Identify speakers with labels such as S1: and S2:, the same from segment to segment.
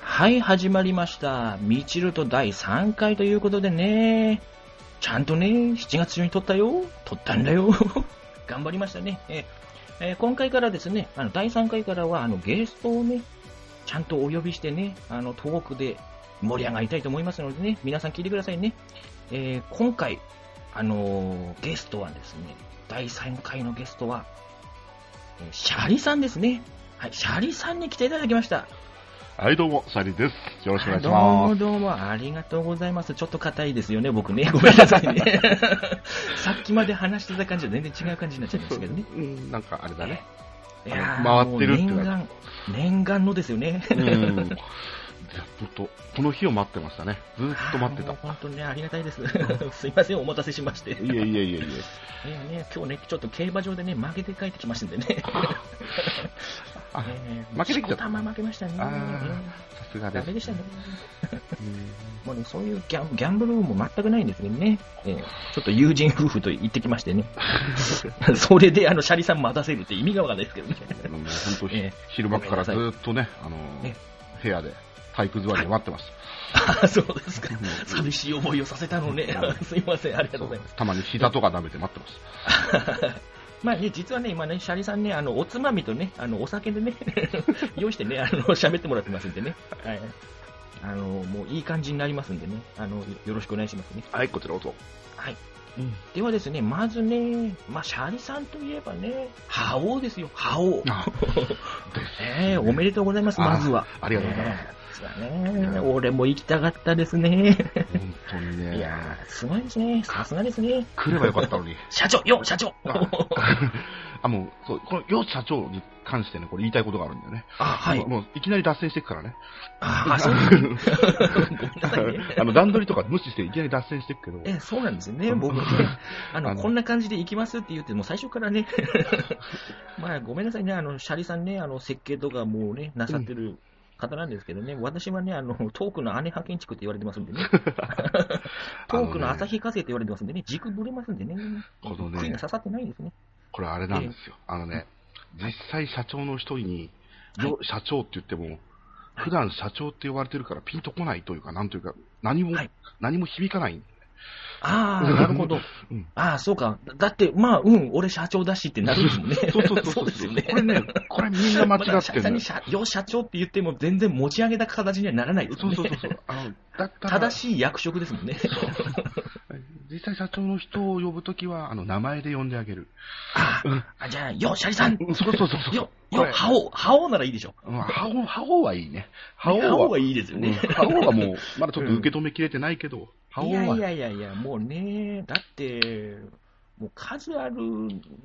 S1: はい、始まりました。みちると第3回ということでね、ちゃんとね、7月中に撮ったよ。撮ったんだよ。 頑張りましたね。ええー、今回からですね、あの、第3回からは、あの、ゲストをね、ちゃんとお呼びしてね、あの、トークで盛り上がりたいと思いますのでね、皆さん聞いてくださいね。えー、今回、あのー、ゲストはですね、第3回のゲストは、えシャリさんですね。はい、シャリさんに来ていただきました。。
S2: はい、どうも、シャリです。よろしくお願いします
S1: どうもどうも、ありがとうございます。ちょっと硬いですよね、僕ね。ごめんなさい ね。さっきまで話してた感じと全然違う感じになっちゃいますけどね。
S2: うん、なんかあれだね。
S1: いや
S2: 回ってるって
S1: 念願、念願のですよね。
S2: うん。ずっと、この日を待ってましたね。ずっと待ってた。
S1: 本当にね、 ありがたいです。 すいません、お待たせしまして。
S2: いえいえいえいえ。
S1: えね、今日ね、ちょっと競馬場でね、負けて帰ってきましたんで ね。
S2: えー、負けてきちゃった。
S1: 負けましたね。、
S2: さすがです
S1: ね。でしたね。もうね、そういうギャギャンブルも全くないんですけどね、えー、ちょっと友人夫婦と行ってきま してね、それであのシャリさん待たせるって意味がわかんないですけどね。。
S2: 本当、えー、昼間からずっとね、あのー、部屋で体育座りで待ってました
S1: あそうですか、 寂しい思いをさせたの ね、すいません、ありがとうございます。
S2: たまに膝とか舐めて待ってました。
S1: まあね、実はね、今ね、シャリさんね、あの、おつまみとね、あの、お酒でね、 用意してね、あの、喋ってもらってますんでね。はい。あの、もういい感じになりますんでね、あの、よろしくお願いしますね。
S2: はい、こちらこそ。
S1: はい。うん、ではですね、まずね、まあ、シャリさんといえばね、覇王ですよ、覇王。えおめでとうございます、まずは。
S2: ありがとうございます。
S1: ね、俺も行きたかったですね。
S2: 本当にね。
S1: いやすごいですね。さすがですね。
S2: 来ればよかったのに。
S1: 社長よ社長
S2: あ、もう、そう、このよ社長に関してね、これ言いたいことがあるんだよね。
S1: あ、はい。
S2: もう、いきなり脱線していくからね。
S1: あ、そうね、
S2: あの、段取りとか無視していきなり脱線していくけど。
S1: え、そうなんですよね、僕ね。 あの、あのこんな感じで行きますって言って、もう最初からね。 まあ、ごめんなさいね、あの、シャリさんね、あの、設計とかもうね、なさってる、うん方なんですけどね、私はね、あの、トークの姉派建築って言われてますんで ね。トークの朝日課生って言われてますんでね、軸ぶれますんでね。
S2: このね、
S1: 杭が刺さってないんですね。
S2: これあれなんですよ。あのね、実際社長の一人に、はい、社長って言っても、普段社長って言われてるからピンとこないというか、なんというか、何も、はい、何も響かない。
S1: ああ、なるほど。うん、ああ、そうか。だって、まあ、うん、俺社長だしってなるんです
S2: もんね。 そうそうそうですよね。これね、これみんな間違ってる、ね。
S1: ま、社よ、社長って言っても全然持ち上げた形にはならないですよね。
S2: そうそうそうあの
S1: だ正しい役職ですもんね。
S2: 実際社長の人を呼ぶときは、あの、名前で呼んであげる。
S1: ああ、じゃあ、よ、シャリさん。
S2: そうそうそう
S1: よ、よ、ハオ、ハオならいいでしょ。
S2: ハオ、ハオはいいね。
S1: ハオはいいですよね。
S2: ハオ はもう、まだちょっと受け止めきれてないけど、
S1: ハオは。いやいやいや、もうね、だって、もう数ある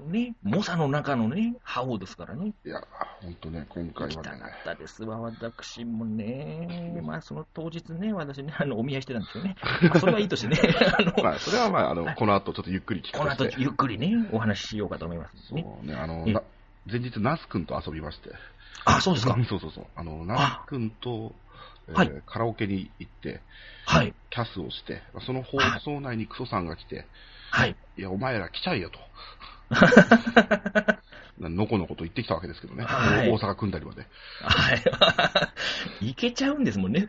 S1: ね、猛者の中のね、覇王ですからね。
S2: いや、本当ね、今回はね。
S1: 汚かったですわ、私もね。まあ、その当日ね、私ね、あの、お見合いしてたんですよね。まあ、 それはいいとしてね。
S2: あの、まあ、それはまあ、あの、この後ちょっとゆっくり聞
S1: かせて。この後ゆっくりね、お話ししようかと思います、
S2: ね。そうね、あの、前日、ナス君と遊びまして。
S1: あ、そうですか。
S2: そうそうそう。あの、ナス君と、えー、はい、カラオケに行って、
S1: はい、
S2: キャスをして、その放送内にクソさんが来て、
S1: はい、
S2: いや、お前ら来ちゃい よと。のこのこと言ってきたわけですけどね、
S1: はい、
S2: 大阪組んだりまで。
S1: はい。いけちゃうんですもんね。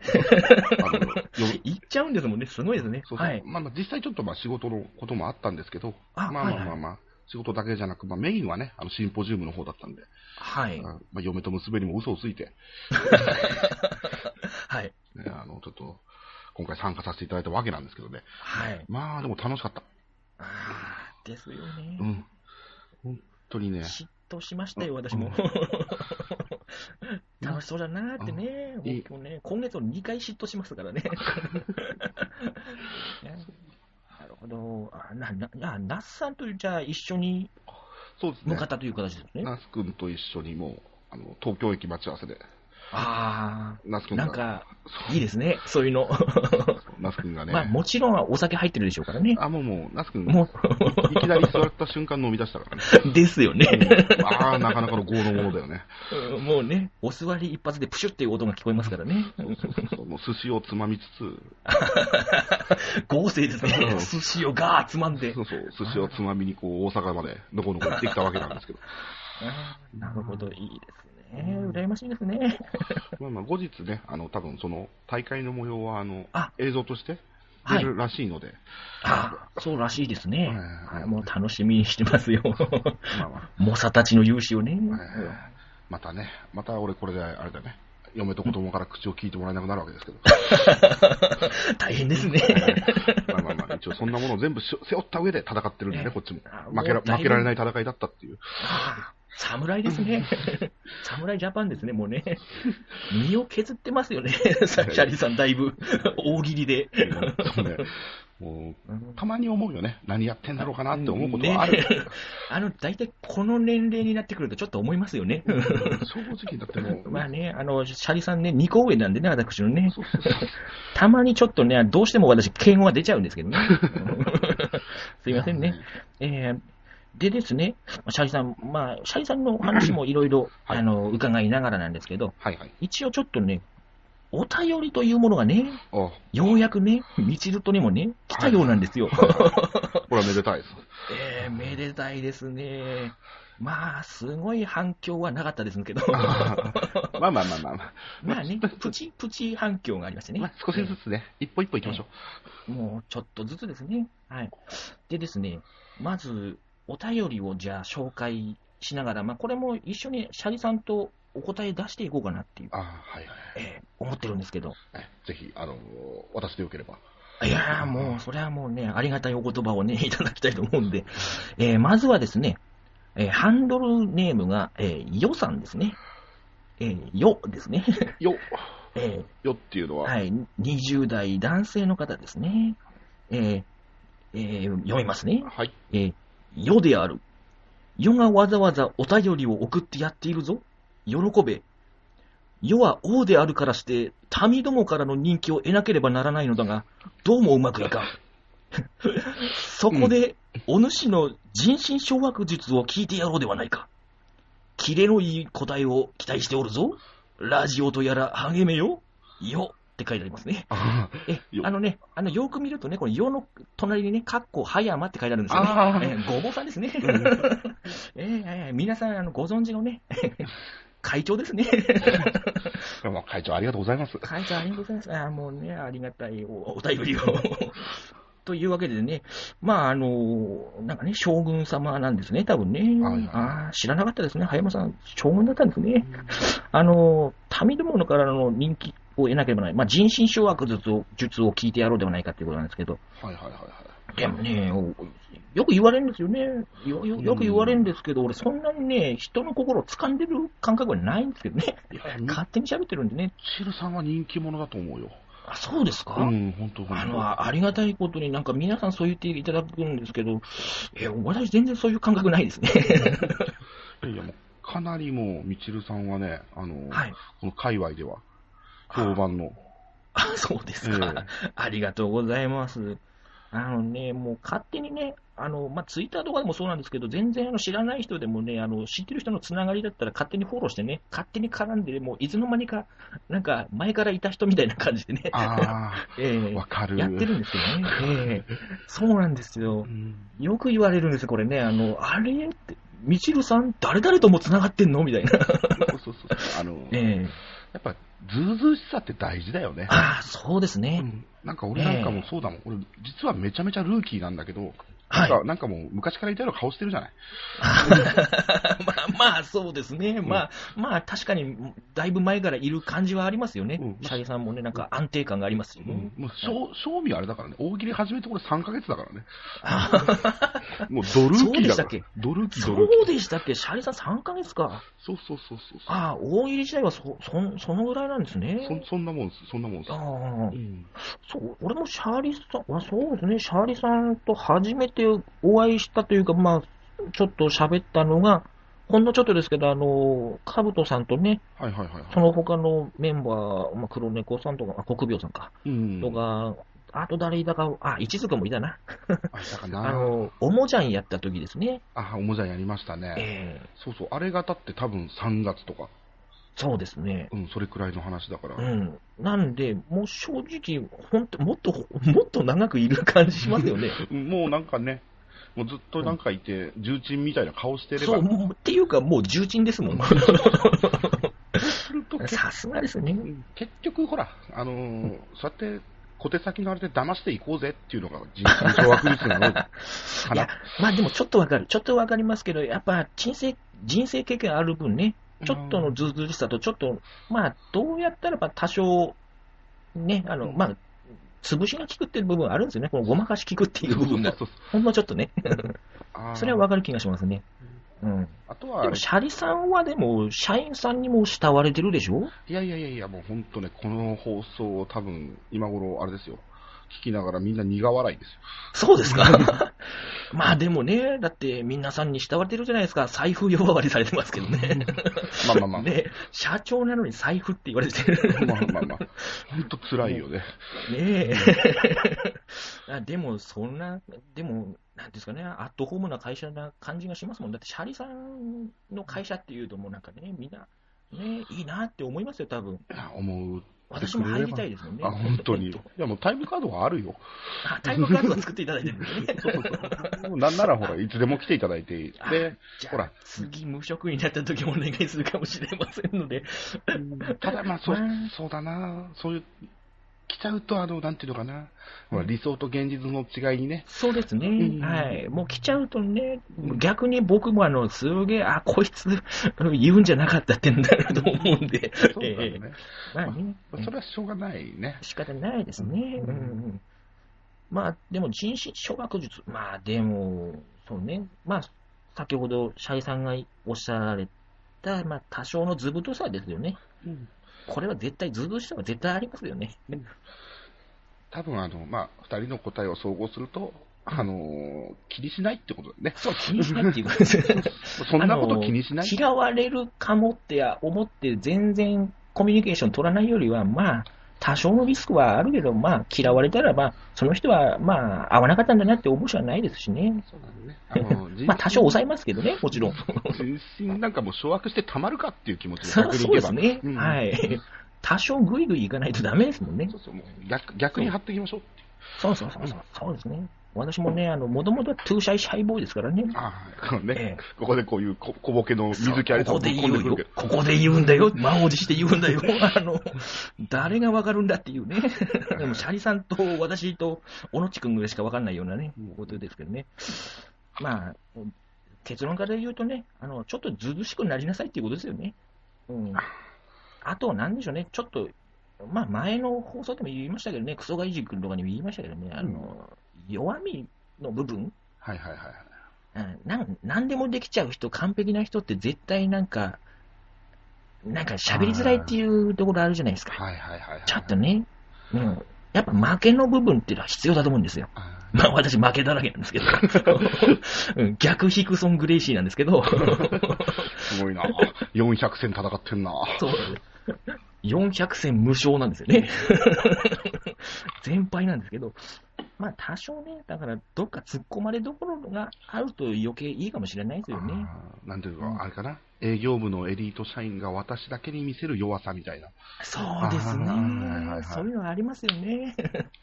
S1: いっちゃうんですもんね、すごいですね。
S2: そうそうまあ、実際ちょっとまあ仕事のこともあったんですけど、まあまあまあまあ、仕事だけじゃなく、まあ、メインはね、あのシンポジウムの方だったんで、
S1: はい。
S2: まあ、嫁と娘にも嘘をついて、
S1: はい。
S2: ね、あの、ちょっと、今回参加させていただいたわけなんですけどね。
S1: はい。
S2: まあ、でも楽しかった。
S1: ああ、ですよね。
S2: うん。本当にね。
S1: 嫉妬しましたよ、私も。楽しそうだなーってね。今日ね、今月2回嫉妬しますから ね。なるほど。あ、な、な、那須さんとじゃあ一緒に、
S2: そうです
S1: ね。向かったという形ですね。
S2: 那須君と一緒にもう、あの、東京駅待ち合わせで。
S1: あ
S2: あ、
S1: なんか、いいですね、そういうの。
S2: ナス君が ね。
S1: まあ、もちろんお酒入ってるでしょうからね。
S2: あ、もうもう、ナス君、
S1: も
S2: いきなり座った瞬間飲み出したからね。
S1: う、 ですよね。
S2: うん ああ、なかなかの豪のものだよね。
S1: もうね、お座り一発でプシュっていう音が聞こえますからね。
S2: そうそうそうもう寿司をつまみつつ、
S1: 合成です
S2: う
S1: ね。
S2: ん
S1: 寿司をガーつまんで
S2: そ。うそう、寿司をつまみにこう大阪までのこのこ行ってきたわけなんで すけど。
S1: あーなるほど、いいですね。羨ましいですね。
S2: まあまあ、後日ね、あの、多分その大会の模様は、あの
S1: あ、
S2: 映像として
S1: は
S2: 出
S1: い。
S2: るらしいので、
S1: あそうらしいですね。
S2: はい
S1: はいもう楽しみにしてますよ。
S2: まあま
S1: 猛者たちの勇姿をね。
S2: あ、えーまたね、また俺これであれだね、嫁と子供から口を聞いてもらえなくなるわ けですけど。
S1: 大変 ですね。
S2: まあまあまあ、一応そんなものを全部しょ背負った上で戦ってるんでね、
S1: ね
S2: こっちも
S1: あ。
S2: 負けら
S1: もう大変
S2: 負けられない戦いだったっ ていう。
S1: あー侍です ね。侍ジャパンですね、もう ね。身を削ってますよね。さシャリさん、だいぶ。大喜利で。
S2: そうねもうたまに思うよね、何やってんだろうかなって思うことはあ
S1: ね
S2: る。
S1: あの、大体この年齢になってくるとちょっと思いますよね。
S2: 正直だって も う、
S1: まあね、あの、シャリさんね、2個上なんでね、私のね。
S2: そうそうそう
S1: たまにちょっとね、どうしても私、敬語が出ちゃうんですけどね。 すいませんね。。えーでですね、シャリさん、まあ、シャリさんの話もいろいろ、
S2: はい
S1: あの、伺いながらなんですけど、
S2: はいはい。
S1: 一応ちょっとね、お便りというものがね、
S2: あこ
S1: ようやくね、ミチルトにもね、来たようなんですよ。
S2: れはめでた いです。
S1: えー、めでたいですね。まあ、すごい反響はなかったですけど、
S2: まあまあまあまあまあ、
S1: まあね、プチプチ反響がありましてね。
S2: まあ、少しずつね、一歩一歩行きましょう。
S1: もうちょっとずつですね。はい。でですね、まず、お便りをじゃあ紹介しながら、まあ、これも一緒にシャリさんとお答え出していこうかなっていう、
S2: あはいはい
S1: えー思ってるんですけど。
S2: はい。ぜひ、あの、私でよければ。
S1: いやーもう、それはもうね、ありがたいお言葉をね、い ただきたいと思うんで、えーまずはですね、えーハンドルネームが、えー、よさんですね。えー、よですね。
S2: よ、
S1: えー
S2: よっていうのは、
S1: はい、20代男性の方ですね。えーえー読みますね。
S2: はい。
S1: えー世である。世がわざわざお便りを送ってやっているぞ。喜べ。世は王であるからして、民どもからの人気を得なければならないのだが、どうもうまくいかん。 そこで、お主の人心掌握術を聞いてやろうではないか。キレのいい答えを期待しておるぞ。ラジオとやら励めよ。よ。って書いてありますね。
S2: あ
S1: え
S2: よ
S1: あのね、あのよく見るとね、この世の隣にね、かっこ葉山って書いてあるんですよね。
S2: あー
S1: えーごぼうさんですね。 えーえー皆さんあのご存知のね、 会長ですね。
S2: あ、 まあ会長ありがとうございます。
S1: 会長ありがとうございます。あーもうね、ありがたいおお便りを。 というわけでね、まああのなんかね、将軍様なんですね、多分ね。
S2: はいはい
S1: あー知らなかったですね、葉山さん、将軍だったんですね。あの民どものからの人気を得なければならない、まあ、人心掌握術を術を聞いてやろうではないかということなんですけど、
S2: はいはいはいはい。
S1: でもね、およく言われるんですよね。よよよく言われるんですけど、俺そんなにね、人の心を掴んでる感覚はないんですけどね。
S2: いや、ミッ
S1: 勝手に喋ってるんでね。
S2: チルさんは人気者だと思うよ。
S1: あ、そうですか、
S2: うん、本当
S1: あ
S2: 本当。
S1: の、あありがたいことになんか皆さんそう言っていただくんですけど、え、私全然そういう感覚ないですね。
S2: いやいや、もう、かなりもう、みちるさんはね、あの、
S1: はい。
S2: この界隈では、評判の、
S1: あ、 そうですか。ありがとうございます。あのね、もう勝手にね、あの、まあ、ツイッターとかでもそうなんですけど、全然あの知らない人でもね、あの、知ってる人のつながりだったら勝手にフォローしてね、勝手に絡んで、もういつの間にか、なんか前からいた人みたいな感じでね、
S2: あ
S1: え
S2: あ、
S1: え
S2: わかる。
S1: やってるんですよね。 ええそうなんですよ
S2: う。ん
S1: よく言われるんですよ、これね。あの、あれって、みちるさん、誰々ともつながってんのみたいな。
S2: そうそうそう。あ の、や
S1: ええ
S2: っぱ、ずうずうしさって大事だよね。
S1: ああ、そうですね。
S2: うんなんか俺なんかもそうだもん。俺、実はめちゃめちゃルーキーなんだけど、
S1: はい。
S2: なんかなんかもう昔からいたような顔してるじゃない。
S1: まあ、まあ、そうですね、
S2: ん
S1: まあ、まあ、確かに、だいぶ前からいる感じはありますよね、
S2: うん
S1: シャリさんもね、なんか安定感がありますよね。
S2: もう、賞賞味あれだからね。大喜利始めてこれ3ヶ月だからね。
S1: あはは
S2: もうドルーキーだ
S1: そうでした
S2: か
S1: っ
S2: ら
S1: け。
S2: ドルーキー、
S1: そ
S2: ドルーキ
S1: うでしたっけ、シャリさん3ヶ月か、
S2: ー。そうそうそうそうそう。
S1: ああ、大喜利時代はそそんそのぐらいなんですね。
S2: そそんなもんっす、そんなもんっす。
S1: ああ
S2: うん
S1: そう俺もシャーリさん、あそうですね、シャーリさんと初めてお会いしたというか、まあ、ちょっと喋ったのが、ほんのちょっとですけど、あの、カブトさんとね、
S2: はいはいはいはい。
S1: その他のメンバー、まあ、黒猫さんとか、あ、国病さんか、
S2: うん
S1: とか、あと誰だか、あ、一族もいたな。
S2: あれだか
S1: あ
S2: な。
S1: の、おもちゃんやった時ですね。
S2: あ、おもちゃやりましたね。
S1: ええ
S2: そうそう、あれがだって多分3月とか、
S1: そうですね。
S2: うん、それくらいの話だから。
S1: うん。なんで、もう正直、本当もっと、もっと長くいる感じします よね。
S2: うんもうなんかね、もうずっとなんかいて、重鎮みたいな顔してれ
S1: そ
S2: ば
S1: う、、もうっていうか、もう重鎮です もん。
S2: すると結
S1: さすがですね。
S2: 結局、ほら、あのーそうやって小手先のあれで騙していこうぜっていうのが人生の掌握率なのか
S1: いや
S2: な。、
S1: まあでもちょっとわかる。ちょっとわかりますけど、やっぱ人生、人生経験ある分ね、ちょっとのずうずうしさと、ちょっと、まあ、どうやったらば多少、ね、あの、まあ、潰しが効くっていう部分あるんですよね。このごまかし効くっていう部分が。
S2: そうそう
S1: ほんのちょっと ね。
S2: そう
S1: それはわかる気がしますね。うん。
S2: あと
S1: で
S2: は
S1: も、、シャリさんはでも、社員さんにも慕われてるでしょ
S2: いやいやいやいや、もう本当ね、この放送を多分、今頃、あれですよ。聞きながらみんな苦笑いですよ。
S1: そうですか。 まあでもね、だって皆さんに慕われてるじゃないですか。財布呼ばわりされてますけどね。
S2: まあまあま あ。
S1: ね、社長なのに財布って言われてる。
S2: まあまあまあ。本当辛いよね。
S1: ねえ。 あでも、そんな、でも、なんですかね、アットホームな会社な感じがしますもん。だって、シャリさんの会社っていうと、もうなんかね、みんな、ね、いいなって思いますよ、多分。
S2: いや思う。
S1: 私も入りたいですもんね。
S2: あ、本当に。いや、もうタイムカードはあるよ。
S1: あ、タイムカードは作っていただいてるん ですね。
S2: そうそうそう。もう なんならほら、いつでも来ていただいて、で、
S1: じゃあ
S2: ほら、
S1: 次、無職になった時お願いするかもしれませんので。
S2: ただまあ、そう
S1: まあ、
S2: そうだな。そういう、来ちゃうと、あの、なんていうのかな。ほら、理想と現実の違いにね。
S1: そうですね、
S2: うん
S1: はい、もう来ちゃうとね、逆に僕もあのすげえ、あこいつ、言うんじゃなかったってなると思うんで、
S2: そうだ
S1: ええ
S2: ね。
S1: まあね、
S2: それはしょうがないね。
S1: 仕方ないですね、う
S2: う
S1: んんうん、まあでも、人身掌握術、まあでも、そうね、まあ先ほど、シャイさんがおっしゃられた、まあ多少のずぶとさですよね、これは絶対、ずぶとさは絶対ありますよね。
S2: 多分あの、まあ、二人の答えを総合すると、あのー気にしないってことだよね。
S1: そう、気にしないっていうことですよね
S2: そんなこと気にしない。
S1: あの嫌われるかもって思って、全然コミュニケーション取らないよりは、まあ、多少のリスクはあるけど、まあ、嫌われたら、まあ、その人は、まあ、合わなかったんだなって思うしかないですしね。
S2: そうだね。あの、人
S1: まあ、多少抑えますけどね、もちろん。
S2: 心身なんかもう掌握してたまるかっていう気持ちで
S1: そりゃ
S2: 逆にい
S1: そう
S2: け
S1: で
S2: ば
S1: す。ね。
S2: うん
S1: はい。 多少ぐいぐいいかないとダメですもんね
S2: そ。うそう、もう逆逆に張っていきましょうっていう。
S1: そうそうそうそう。そうですね。私もね、あの、もともとはトゥーシャイシャイボーイですからね。
S2: ああ、このね
S1: ええ、
S2: ここでこういう小小ボケの水木ありさ
S1: こ
S2: ん
S1: こ
S2: ぶっ
S1: で
S2: 込ん
S1: 言う
S2: でくる
S1: よ
S2: けど。。
S1: ここで言うんだよ。満を持して言うんだよ。 あの、誰がわかるんだっていうね。 でも、シャリさんと私と、小野地君ぐらいしかわかんないようなね
S2: うん、
S1: ことですけどね。まあ、結論から言うとね、あの、ちょっとずうずうしくなりなさいっていうことですよね。うん。あと、なんでしょうね、ちょっと、まあ、前の放送でも言いましたけどね、クソガイジ君とかにも言いましたけどね、あの、弱みの部分、
S2: はいはいはいはい。
S1: うんなん何でもできちゃう人、完璧な人って絶対なんか、なんか喋りづらいっていうところあるじゃないですか。
S2: はいはいはいはい。
S1: ちょっとね、うん、やっぱ負けの部分っていうのは必要だと思うんですよ。
S2: あ
S1: まあ私負けだらけなんですけ ど、うん逆ヒクソン・グレイシーなんですけ ど、
S2: あ。すごいな。400戦戦ってんな。
S1: そう400戦無償なんですよね。全敗なんですけど、まあ多少ね、だからどっか突っ込まれどころがあると余計いいかもしれないですよね。
S2: あーなんていうか、あれかな。営業部のエリート社員が私だけに見せる弱さみたいな。
S1: そうですね
S2: あーはいはいはい。
S1: そういうのありますよね。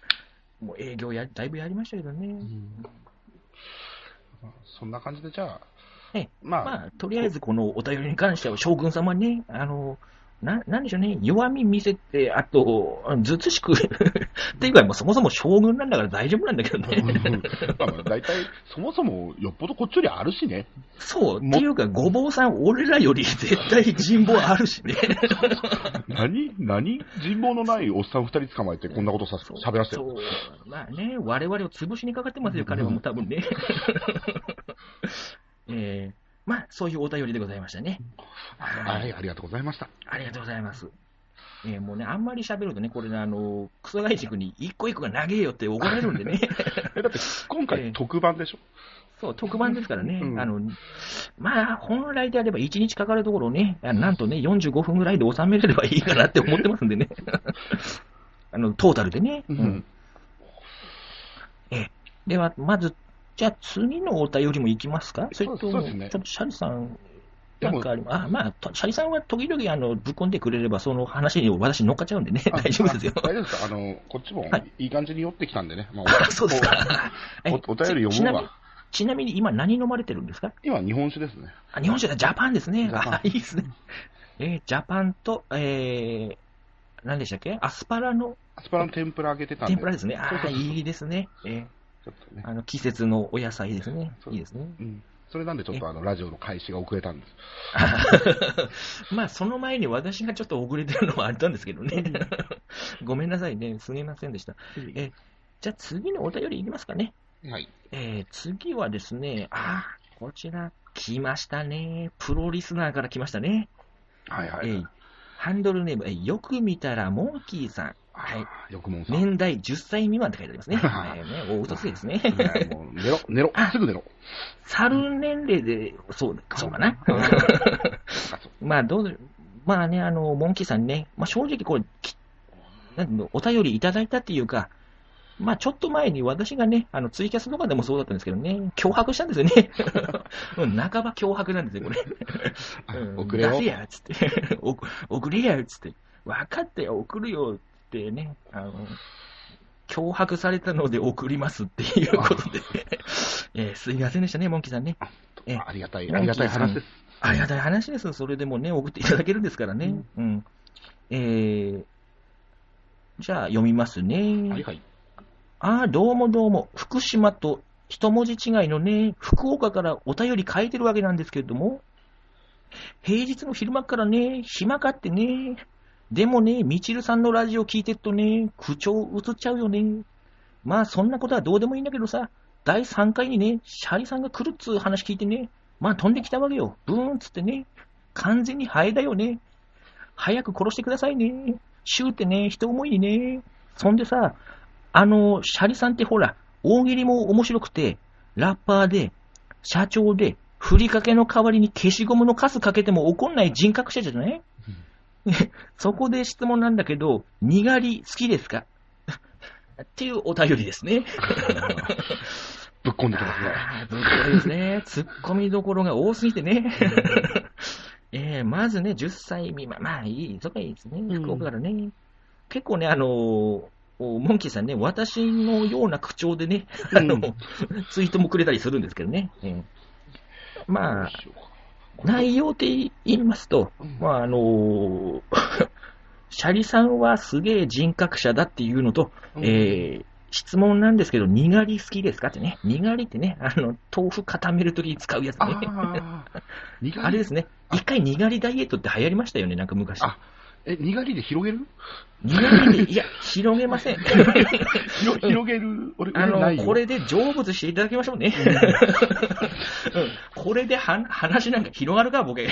S1: もう営業や、だいぶやりましたけどね。
S2: まあそんな感じで、じゃあ、
S1: ええ
S2: まあ、
S1: まあ、とりあえずこのお便りに関しては、将軍様ね、あの、な、なんでしょうね、弱み見せて、あと、ずつしく、 っていうか、もうそもそも将軍なんだから大丈夫なんだけど
S2: うん
S1: ね。
S2: まあまあ大体、そもそもよっぽどこっちよりあるしね。
S1: そう、って
S2: も
S1: いうか、ごぼうさん、俺らより絶対人望あるしね。
S2: 何何人望のないおっさん二人捕まえてこんなことさせ、喋らせて
S1: そ
S2: る。
S1: う。まあね、我々を潰しにかかってますよ、彼はもう多分ね。 えーまあ、そういうお便りでございましたね。
S2: は、
S1: はい
S2: ありがとうございました。
S1: ありがとうございます。えーもうね、あんまり喋るとね、これね、あの、クソ外塾に一個一個が長えよって怒られるんでね。
S2: え、だって、今
S1: ええ
S2: 回特番でしょ、
S1: そう、特番ですからね。
S2: うん
S1: あの、まあ、本来であれば1日かかるところをね、あなんとね、45分ぐらいで収 めれればいいかなって思ってますんでね。あの、トータルでね。
S2: うん
S1: では、まず、じゃあ次のお便りもいきますかそれと
S2: そう
S1: も、
S2: ですね
S1: ちょっとシャリさん、
S2: で
S1: な
S2: も
S1: んかありますあ、まあ、とシャリさんは時々あのぶっこんでくれれば、その話に私乗っかっちゃうんでね、
S2: あ
S1: 大丈夫ですよ
S2: あ。大丈夫ですかあの、こっちも
S1: はい
S2: いい感じに寄ってきたんでね。ま
S1: あ そうですか。
S2: おおお便り
S1: ち
S2: 読
S1: ち
S2: む
S1: なみに
S2: わ。
S1: ちなみに今何飲まれてるんですか
S2: 今、日本酒ですね。
S1: あ日本酒だ、ジャパンですね
S2: ジ。ャパン
S1: あ、いいですね。えージャパンと、えー、何でしたっけアスパラの
S2: アスパラの天ぷら揚げてたんで。
S1: 天ぷらですね。あ
S2: そう
S1: あ、
S2: そうそう
S1: いいですね。え
S2: ちょっと
S1: ー
S2: ね。
S1: あの季節のお野菜ですね。
S2: そう
S1: いいですね。
S2: うん。それなんでちょっとあの、ラジオの開始が遅れたんです。
S1: まあ、その前に私がちょっと遅れてるのはあったんですけどね。 ごめんなさいね。すみませんでした。えじゃあ次のお便りいきますかね。
S2: はい。
S1: えー次はですね、あーこちら、来ましたね。プロリスナーから来ましたね。
S2: はいは
S1: え
S2: い
S1: ー。ハンドルネーム、えーよく見たらモンキーさん。はい。
S2: はい。よくもんさん。
S1: 年代10歳未満って書いてあります ね。えーね、お嘘つきですね。
S2: いやもう寝ろ、寝ろ
S1: あ、
S2: すぐ寝ろ。
S1: 猿年齢で、そう、そうかな。
S2: うん。そうかそう
S1: まあ、どう、まあね、あの、モンキーさんね、まあ正直こう、きなんていうのお便りいただいたっていうか、まあちょっと前に私がね、あの、ツイキャスとかでもそうだったんですけどね、脅迫したんですよ ね。うん、半ば脅迫なんですよ、これ。
S2: あ
S1: うん
S2: 遅れよ
S1: 出せ。や、つって。 お遅れや、つって。分かったよ、送るよ、ってね。あの、脅迫されたので送りますっていうこと で。えーすいませんでしたね、モンキーさんね。え
S2: ありがたい、ありがたい話です。
S1: ありがたい話ですよ。それでもね、送っていただけるんですからね。うん。えー、じゃあ読みますね。
S2: はいはい。
S1: ああ、どうもどうも。福島と一文字違いのね、福岡からお便り書いてるわけなんですけれども、平日の昼間からね、暇かってね、でもね、みちるさんのラジオ聞いてるとね、口調映っちゃうよね。まあ、そんなことはどうでもいいんだけどさ、第3回にね、シャリさんが来るっつう話聞いてね、まあ飛んできたわけよ。ブーンっつってね、完全にハエだよね。早く殺してくださいね。シューってね、人思いにね。そんでさ、あの、シャリさんってほら、大喜利も面白くて、ラッパーで、社長で、ふりかけの代わりに消しゴムのカスかけても怒んない人格者じゃない、 そこで質問なんだけど、にがり好きですか っていうお便りですね。
S2: ぶっこんできますね。
S1: あーぶっこれです ね。突っ込みどころが多すぎてね。えー、まずね、10歳未満。まあいい、そこはいいですね。
S2: ん
S1: 福岡からね。結構ね、あのーおモンキーさんね、私のような口調でね、あの、
S2: うん
S1: ツイートもくれたりするんですけどね。うんまあ
S2: どう、しようか
S1: 内容で言いますと、
S2: うん
S1: まああのー シャリさんはすげえ人格者だっていうのと、
S2: うん
S1: えー質問なんですけど、にがり好きですかってね。にがりってね、あの、豆腐固めるときに使うやつね。
S2: ああ、に が
S1: あれで
S2: り、
S1: すね。
S2: あ
S1: 一回にがりダイエットって流行りましたよね、なんか昔。
S2: あえ、にがりで広げる
S1: にがりで、いや、広げま せん。
S2: 広広げる、俺、
S1: あ
S2: 俺ない
S1: の、
S2: よ
S1: これで成仏していただきましょうね。うんこれでは話なんか広がるか、ボケ。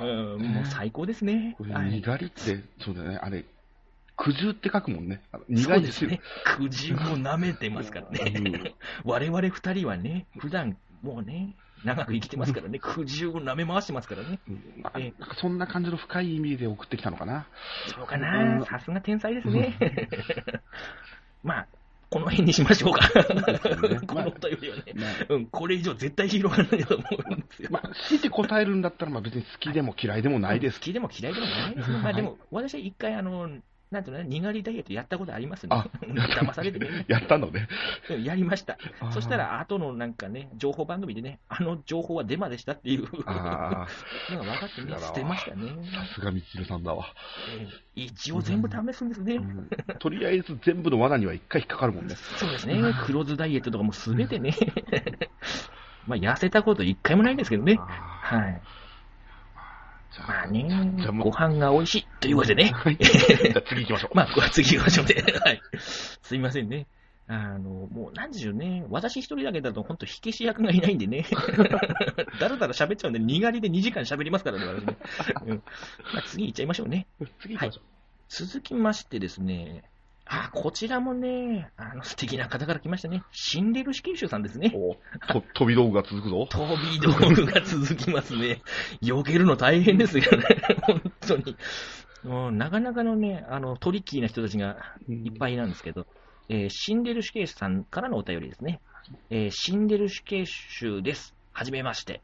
S1: う
S2: うん
S1: んもう最高ですね。
S2: これ
S1: はい
S2: にがりって、そうだよね、あれ、苦渋って書くもんね。あのに
S1: そ
S2: が
S1: う
S2: り
S1: で
S2: ですすよ
S1: ね。苦渋を舐めてますからね。我々二人はね、普段もうね、長く生きてますからね、苦渋を舐め回してますからね。
S2: うんまあ
S1: ええ
S2: なんかそんな感じの深い意味で送ってきたのかな。
S1: そうか
S2: う
S1: なんさすが天才ですね。 まあ、この辺にしましょうか。 このお便りはね。
S2: まあ
S1: うん、これ以上絶対広がらないと思うんですよ。
S2: まあ、強いて答えるんだったら、まあ別に好きでも嫌いでもないです
S1: 好。きでも嫌いでもないですね。まあでも、私は一回、あの、なんていうのね、にがりダイエットやったことありますね。
S2: あ
S1: 騙されて ね、
S2: やったのね。
S1: うんやりました。
S2: あー
S1: そした、ら、後のなんかね、情報番組でね、あの情報はデマでしたっていうのが
S2: ああ、
S1: 分かってね
S2: だ、な
S1: 捨てましたね。
S2: さすがみちるさんだわ。
S1: ええ一応全部試すんですね。
S2: うんとりあえず全部の罠には一回引っかかるもんね。
S1: そうですね、黒酢ダイエットとかもすべてね、 まあ痩せたこと一回もないんですけどね。
S2: あ
S1: はい。まあ
S2: ーじゃじゃ
S1: ね
S2: あ、も
S1: ご
S2: う
S1: 飯が美味しいというわけでね。
S2: はいじゃあ次行きましょう。
S1: まあ、これ次行きましょう ね。はい。すいませんね。あの、もう、なんでしょうね。私一人だけだと、本当火消し役がいないんで ね。だらだら喋っちゃうんで、にがりで2時間喋りますからね、私ね。うんまあ、次行っちゃいましょうね。
S2: 次行きましょう。
S1: 続きましてですね。あ、こちらもね、あの、素敵な方から来ましたね。シンデル死刑囚さんですね。
S2: おと飛び道具が続くぞ。
S1: 飛び道具が続きますね。避けるの大変ですよね。本当に。もうなかなかのね、あの、トリッキーな人たちがいっぱいなんですけど、えーシンデルシュケイシュさんからのお便りですね。えーシンデルシュケイシュです。はじめまして。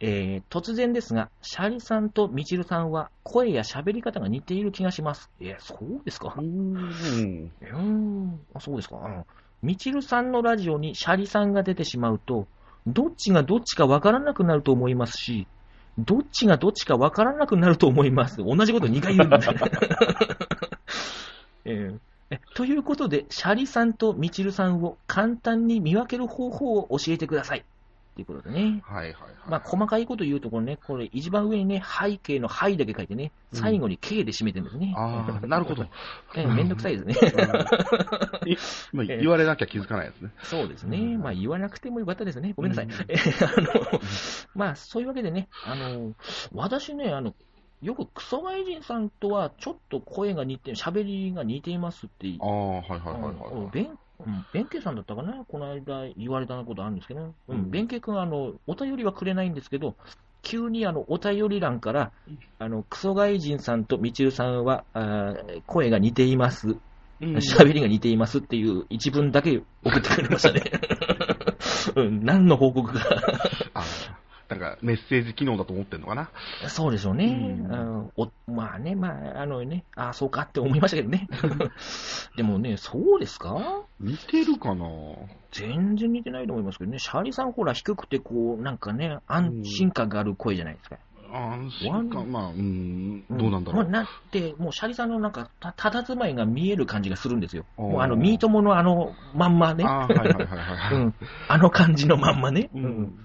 S1: えー突然ですが、シャリさんとミチルさんは声や喋り方が似ている気がします。えーそうですか。
S2: うん。
S1: うーん、あそうですか。あの、みちるさんのラジオにシャリさんが出てしまうと、どっちがどっちかわからなくなると思いますし、どっちがどっちかわからなくなると思います。同じこと2回言うん です、えーえということで、シャリさんとみちるさんを簡単に見分ける方法を教えてください。ということでね。
S2: はいはいはい。
S1: まあ、細かいこと言うと、これね、これ一番上にね、背景の背だけ書いてね、最後に K で締めてるんですね。
S2: ああ、なるほど。
S1: えーめんどくさいですね。
S2: うんい今言われなきゃ気づかないですね。
S1: そうですね、
S2: うん
S1: まあ言わなくてもよかったですね、ごめんなさい。
S2: うん
S1: えあの まあそういうわけでね、あの私ねあの、よくクソ外人さんとはちょっと声が似て、喋りが似ていますって、
S2: ああ、はいはいはい
S1: うん
S2: はい。
S1: 弁うん弁慶さんだったかな、この間言われたことあるんですけどね、う
S2: うん
S1: ん、弁慶君あの、お便りはくれないんですけど、急にあのお便り欄から、あのクソ外人さんとみちるさんはあー声が似ています
S2: うん
S1: 喋りが似ていますっていう一文だけ送ってくれましたね。 うん、何の報告か。
S2: あなんかメッセージ機能だと思ってんのかな。
S1: そうでしょうね。
S2: うん
S1: うんおまあね、まあ、あのね、ああ、そうかって思いましたけど ね。でもね、そうですか
S2: 似てるかな
S1: 全然似てないと思いますけどね。シャーリーさんほら低くてこう、なんかね、安心感がある声じゃないですか。
S2: 安心
S1: ワ
S2: 感、まあ、うん、
S1: ん
S2: どうなんだろ
S1: まあ
S2: う。
S1: なって、もうシャーリーさんのなんかた、たたずまいが見える感じがするんですよ。
S2: あー
S1: もうあの、ミートものあの、まんまね。
S2: ああ、はいはいはい
S1: う
S2: はいはい。
S1: ん。あの感じのまんまね。
S2: うん
S1: うん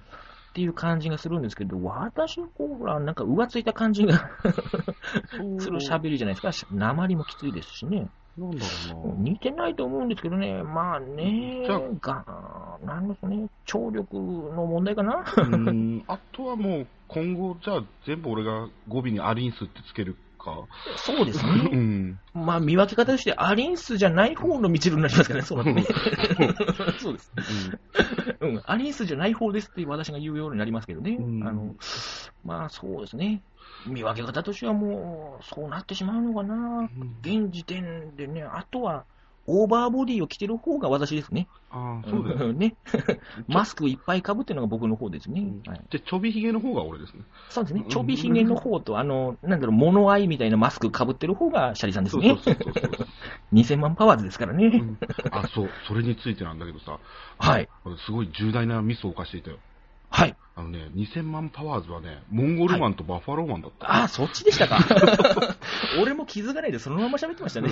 S1: っていう感じがするんですけど、私、ほら、なんか浮ついた感じが
S2: そう
S1: する喋りじゃないですかし、鉛もきついですしね、
S2: なんだろうな。
S1: 似てないと思うんですけどね、まあね
S2: じゃあ、
S1: がなんですかね、聴力の問題かな、
S2: うんあとはもう、今後、じゃあ、全部俺が語尾にアリンスってつけるか。
S1: そうです
S2: う
S1: ね、
S2: ん。
S1: まあ見分け方として、アリンスじゃない方の道になりますからね、そうなってね、そうです、うん、アリンスじゃない方ですって私が言うようになりますけどね、
S2: うん
S1: あのまあそうですね、見分け方としてはもう、そうなってしまうのかな。現時点でね、あとは、オーバーボディを着てる方が私ですね。
S2: ああ、そうだよね。
S1: ん ね。マスクいっぱいかぶってるのが僕の方ですね。はい、
S2: で、ちょびひげの方が俺ですね。
S1: そうですね
S2: う。ん
S1: ちょびひげの方と、あの、なんだろう、物合いみたいなマスクかぶってる方がシャリさんです
S2: そう
S1: ね。
S2: そうそう そう。
S1: 2000万パワーズですからね。
S2: うんあ、そう、それについてなんだけどさ、
S1: はい。
S2: 俺すごい重大なミスを犯していたよ。
S1: はい。
S2: あのね、2000万パワーズはね、モンゴルマンとバッファローマンだった。
S1: ああ、そっちでしたか。 俺も気づかないでそのまま喋ってましたね。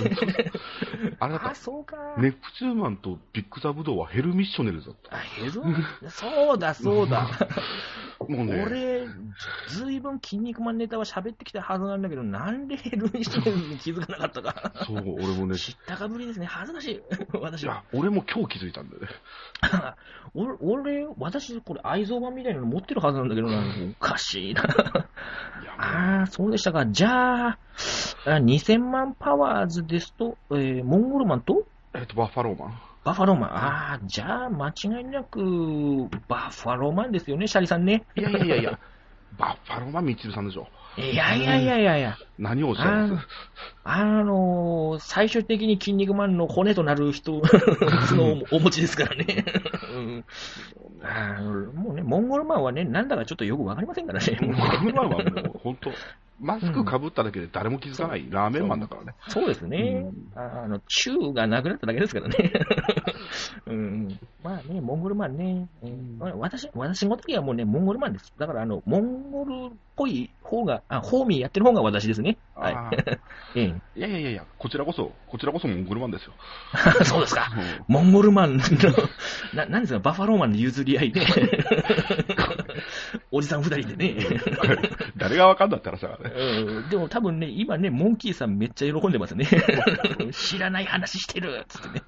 S2: あれだ
S1: ああ、
S2: っ
S1: そうか。
S2: た。ネプチューマンとビッグザブドウはヘルミッショネルズだった。
S1: あヘゾそうだ、そうだ。
S2: もうね、
S1: 俺、ずずいぶん筋肉マンネタは喋ってきたはずなんだけど、なんでヘルニシテルに気づかなかったか。
S2: そう、俺もね、
S1: 知ったかぶりですね。恥ずかしい。
S2: い
S1: 私は。
S2: や、俺も今日気づいたんだよね。
S1: 俺、俺、私、これ、愛蔵版みたいなの持ってるはずなんだけどな。おかしいな。
S2: いや、も
S1: ああ、そうでしたか。じゃあ、あ2000万パワーズですと、えーモンゴルマンと
S2: うえっと、バッファローマン。
S1: バッファローマン。ああ、じゃあ、間違いなく、バッファローマンですよね、シャリさんね。
S2: いやいやいやいや、バッファローマン、ミッチルさんでしょ。
S1: いやいやいやいやいや。
S2: 何をおっしゃるんです
S1: あのー最終的に筋肉マンの骨となる人 のお持ちですからね。うんあーもうね、モンゴルマンはね、なんだかちょっとよくわかりませんからね。
S2: モンゴルマンはもう、本当マスクかぶっただけで誰も気づかないラーメンマンだからね。
S1: そうですね。あの、チューがなくなっただけですからね。 うん、まあね、モンゴルマンね、えー私、私の時はもうね、モンゴルマンです。だから、あの、モンゴルっぽい方が、あ、ホーミーやってる方が私ですね。はい。
S2: あー
S1: え え
S2: いやいやいやいや、こちらこそ、こちらこそモンゴルマンですよ。
S1: そうですか。
S2: うん
S1: モンゴルマンの、 な、なんですか、バファローマンの譲り合 いで、おじさん二人でね。
S2: 誰がわかんだったらさ、
S1: うんでも多分ね、今ね、モンキーさんめっちゃ喜んでます ね。知らない話してるっつってね。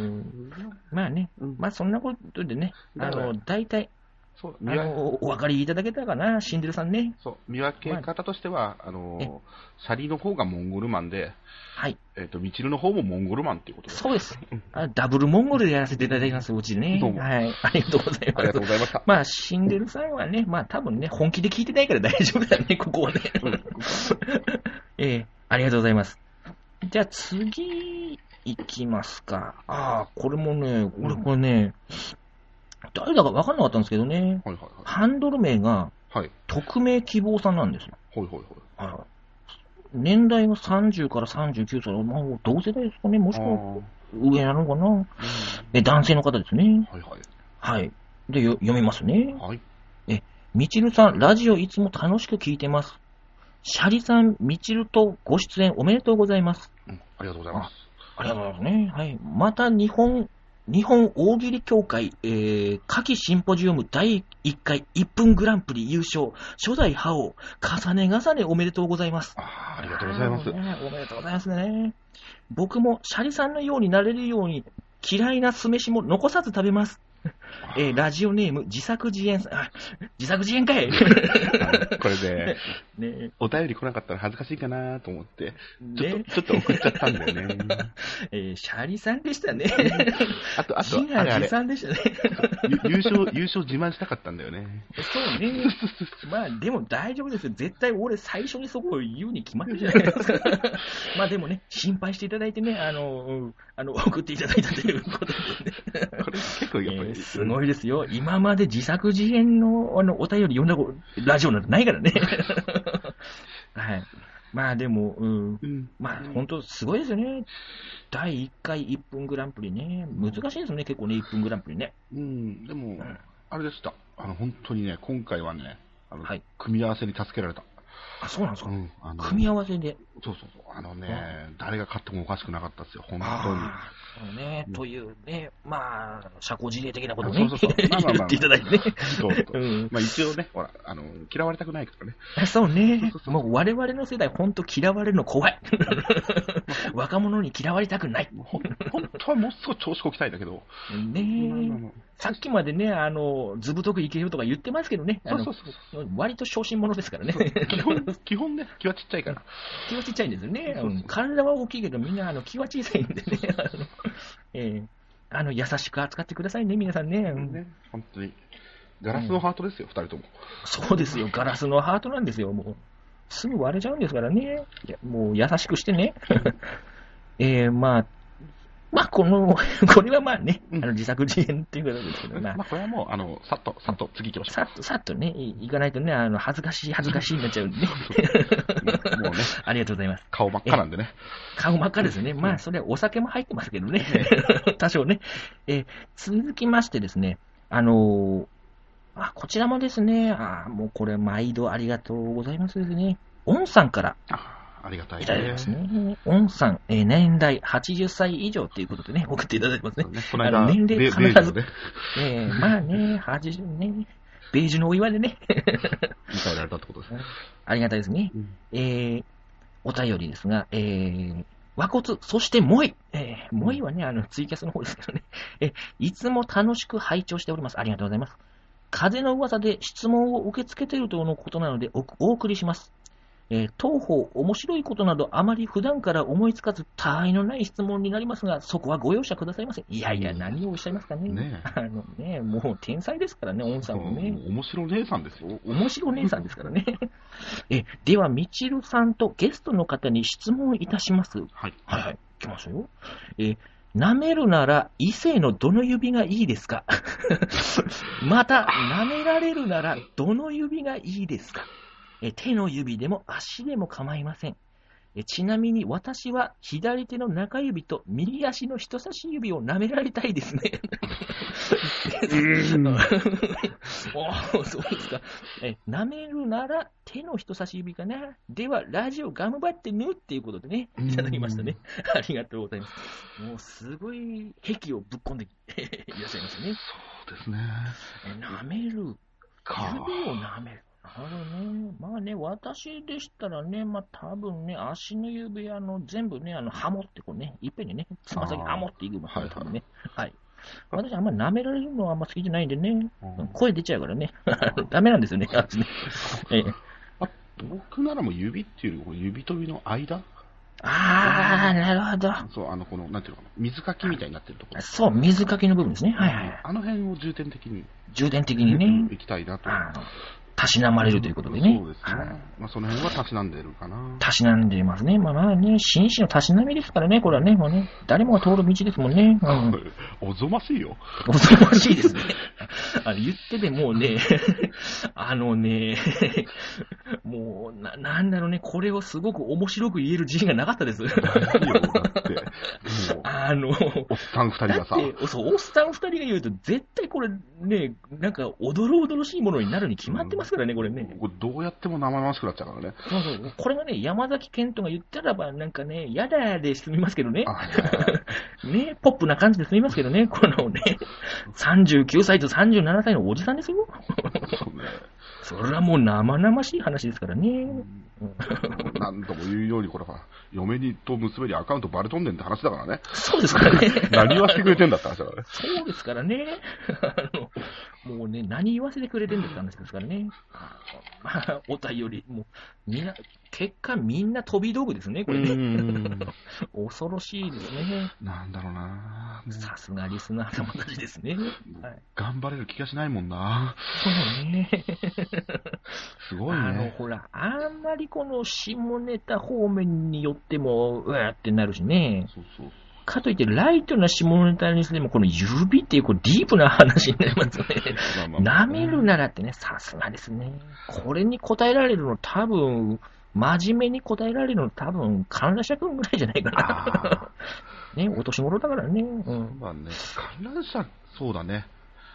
S1: うんまあね、まあそんなことでね、あの、大体、
S2: そう
S1: あ
S2: 見分
S1: の、お分かりいただけたかな、シンデレさんね。
S2: そう見分け方としては、あのシャリの方がモンゴルマンで、
S1: はい、
S2: えっとミチルの方もモンゴルマンっていうことです。
S1: そう です。あダブルモンゴルでやらせていただきます、うちね。
S2: どうも
S1: はい、ありがとうござい
S2: あ
S1: ま
S2: り
S1: す
S2: がとう。ござい ました。
S1: まあ、死んでる際はね、まあ多分ね、本気で聞いてないから大丈夫だね、 ここはね。ええありがとうございます。じゃあ次、いきますか。ああ、これもね、俺これね、誰だか分かんなかったんですけどね、
S2: はいはい
S1: ハンドル名が
S2: はい。はい。
S1: 匿名希望さんなんですよ。
S2: ほいほいほい。
S1: はい年代は30から39歳、まあ、同世代ですかね、もし
S2: あ
S1: く
S2: ー
S1: は
S2: うん
S1: 上なのかな。え、男性の方ですね。
S2: はいはい。
S1: はい。で、よ読みますね。
S2: はい。
S1: みちるさん、ラジオいつも楽しく聞いてます。シャリさん、みちるとご出演おめでとうございます。
S2: うんありがとうございます。
S1: ありがとうございますね。はい。また、日本、日本大喜利協会、えー、夏季シンポジウム第1回1分グランプリ優勝、初代覇王、重ね重ねおめでとうございます。
S2: あーありがとうございます。
S1: あーおめでとうございますね。僕もシャリさんのようになれるように、嫌いな酢飯も残さず食べます。えーラジオネーム、自作自演さん。あ自作自演 かい
S2: これで、
S1: ね
S2: お便り来なかったら恥ずかしいかなと思って、ちょっ
S1: ね
S2: と、ちょっと送っちゃったんだよね。
S1: えーシャリさんでしたね。
S2: あと、あと
S1: 自、画
S2: あれあ
S1: 自
S2: れ、
S1: 賛でしたね。
S2: ゆ優勝、優勝自慢したかったんだよね。
S1: そうね。まあ、でも大丈夫ですよ。絶対俺最初にそこを言うに決まってるじゃないです か。まあでもね、心配していただいてね、あの、うんあの、送っていただいたということでね。
S2: これ結構やっぱり、
S1: えーすごいですよ。今まで自作自演のあのお便り読んだことラジオなんてないから ね。はい。まあでも、うん、
S2: うん。
S1: まあ本当すごいですよね。第1回1分グランプリね。難しいですよね、結構ね、1分グランプリね。
S2: うん、でも
S1: ん、
S2: あれでした。あの、本当にね、今回はね、あの、
S1: はい
S2: 組み合わせに助けられた。
S1: あ、そうなんです
S2: う
S1: か。
S2: ん、あの、
S1: 組み合わせで。
S2: そうそうそう。あのね、誰が勝ってもおかしくなかったですよ、本当
S1: ああ、そうね
S2: う。ん
S1: というね、まあ、社交辞令的なことを
S2: そ
S1: ね
S2: う、そうそうまあまあまあ
S1: 言っていただいてね。
S2: に。そうそうう。
S1: ん
S2: まあ一応ね、ほら、あの、嫌われたくないからね。
S1: そうね
S2: そう。そう
S1: もう我々の世代、本当嫌われるの怖 い。若者に嫌われたくない。
S2: もうほん本当はもうすぐ調子こきたいんだけど。まあまあ
S1: ね
S2: まあ
S1: さっきまでね、あの、ずぶとくいけよとか言ってますけどね。あの
S2: そうそうそう
S1: 割と小心者ですからね。
S2: そう。基本、基本ね、気はちっちゃいから。
S1: 気はちっちゃいんですよね。
S2: そうそう
S1: うん体は大きいけど、みんなあの気は小さいんでね。あのええあの優しく扱ってくださいね、皆さんね。うん
S2: ね、本当に。ガラスのハートですよ、二、人とも。
S1: そうですよ、ガラスのハートなんですよ、もう。すぐ割れちゃうんですからね。いやもう優しくしてね。 えー、まあ、まあ、この、 これはまあね、あの自作自演っていうことですけど、まあ
S2: まあ、これはもう、あの、さっと、さっと、次行きましょ
S1: さっと、さっとね、いいかないとね、あの、恥ずかしい、恥ずかしいになっちゃうんでね。
S2: う。もうね、
S1: ありがとうございます。
S2: 顔真っ赤なんでね。
S1: 顔真っ赤ですね。まあ、それはお酒も入ってますけどね。 多少ね。えー続きましてですね、あのーあ、こちらもですね、あーもうこれ、毎度ありがとうございますですね。オンさんから
S2: あありがたい
S1: いただきますね。オンさん、えー年代80歳以上ということでね、送っていただいてますね。
S2: ねこの
S1: あ
S2: 間、
S1: の年
S2: レ
S1: 齢
S2: レ
S1: 必ず
S2: ーダーで
S1: えーまあね、80ね、ベージュのお祝いでね、
S2: 迎えられたってことですね。
S1: ありがたいですね。
S2: うん
S1: えーお便りですが、えー、和骨、そして萌え、えー、萌えはね、あの、ツイキャスの方ですけどね、 えー、いつも楽しく拝聴しております。ありがとうございます。風の噂で質問を受け付けているとのことなのでお、お送りします。えー当方、面白いことなどあまり普段から思いつかず、他愛のない質問になりますが、そこはご容赦くださいませ。いやいや、何をおっしゃいますかね。
S2: ねえ
S1: あのね、もう天才ですからね、オンさんもね。
S2: もう面白い姉さんですよ。
S1: 面白姉さんですからね。え、では、みちるさんとゲストの方に質問いたします。はい
S2: はい。
S1: はい、いきますよ。え、舐めるなら異性のどの指がいいですか また、舐められるならどの指がいいですかえ、手の指でも足でも構いません。えちなみに私は左手の中指と右足の人差し指を舐められたいですね。
S2: うん
S1: おお、そうですか。え、舐めるなら手の人差し指かな。では、ラジオ頑張ってぬっていうことでね、いただきましたね。 ありがとうございます。もう、すごい壁をぶっ込んでいらっ しゃいましたね。
S2: そうですね。
S1: え舐める。
S2: か。
S1: 指を舐める。なるほどね。まあね、私でしたらね、まあ多分ね、足の指、あの、全部ね、あの、ハモってこうね、いっぺんにね、つま先
S2: あー
S1: ハモっていくもんね、
S2: はい
S1: 多分ね。はい。私、あんまり舐められるのはあんま好きじゃないんでね、
S2: うん
S1: 声出ちゃう からね、ダメなんですよね、あっち ね。ええ
S2: 僕ならもう指っていうよりこの指と指の間
S1: あー、なるほど。
S2: そう、あの、この、なんていうのかな、水かきみたいになってるところ。
S1: そう、水かきの部分ですね。はいはいはい。
S2: あの辺を重点的に、
S1: 充電的にね。
S2: 行きたいなと。
S1: あたしなまれるということでね。
S2: そうです
S1: はい
S2: ね。まあ、その辺はたしなんでるかな。
S1: たしなんでいますね。まあまあね、紳士のたしなみですからね、これはね、もうね、誰もが通る道ですもんね。うん、
S2: おぞましいよ。
S1: 恐ろしいですね。 あの言っててもうね、 あのね、 もうな、なんだろうね、これをすごく面白く言える自信がなかった です。
S2: いいよ、だって。もう、
S1: あの、
S2: おっさん二人
S1: だ
S2: が
S1: っ
S2: さ、
S1: て、そう、おっさん二人が言うと、絶対これね、なんか、おどろおどろしいものになるに決まってますからね、これね。
S2: これどうやっても生々しくなっちゃうからね。
S1: そうそう。これがね、山崎賢人が言ったらば、なんかね、やだで済みますけどね
S2: あ。はいはい
S1: ね、ポップな感じで済みますけど ね、このね、39歳と37歳のおじさんですよ。
S2: そうね。
S1: それはもう生々しい話ですからね。
S2: 何度も言うように、これは、嫁にと娘にアカウントバレとんねんって話だからね。
S1: そうですからね。
S2: 何はしてくれてんだって話だからね。
S1: そうですからね。あの、もうね、何言わせてくれてんだって話ですからね。まあ、お便り、もう、みんな、結果みんな飛び道具ですね、これね。
S2: ん。
S1: 恐ろしいですね。
S2: なんだろうなもう
S1: さすがリスナー様たちですね。はい。
S2: 頑張れる気がしないもんな
S1: そう ね。
S2: すごい
S1: あの、
S2: ね。
S1: ほら、あんまりこの下ネタ方面によっても、うわーってなるしね。
S2: そうそう。
S1: かといって、ライトな下ネタにしても、この指っていう、こう、ディープな話にな りますね。
S2: まあまあ
S1: なめるならってね、さすがですね。これに答えられるの多分、真面目に答えられるの多分、観覧車くんぐらいじゃないかな。
S2: あ
S1: ね、お年頃だからね。うん
S2: ー。まあね、観覧車、そうだね。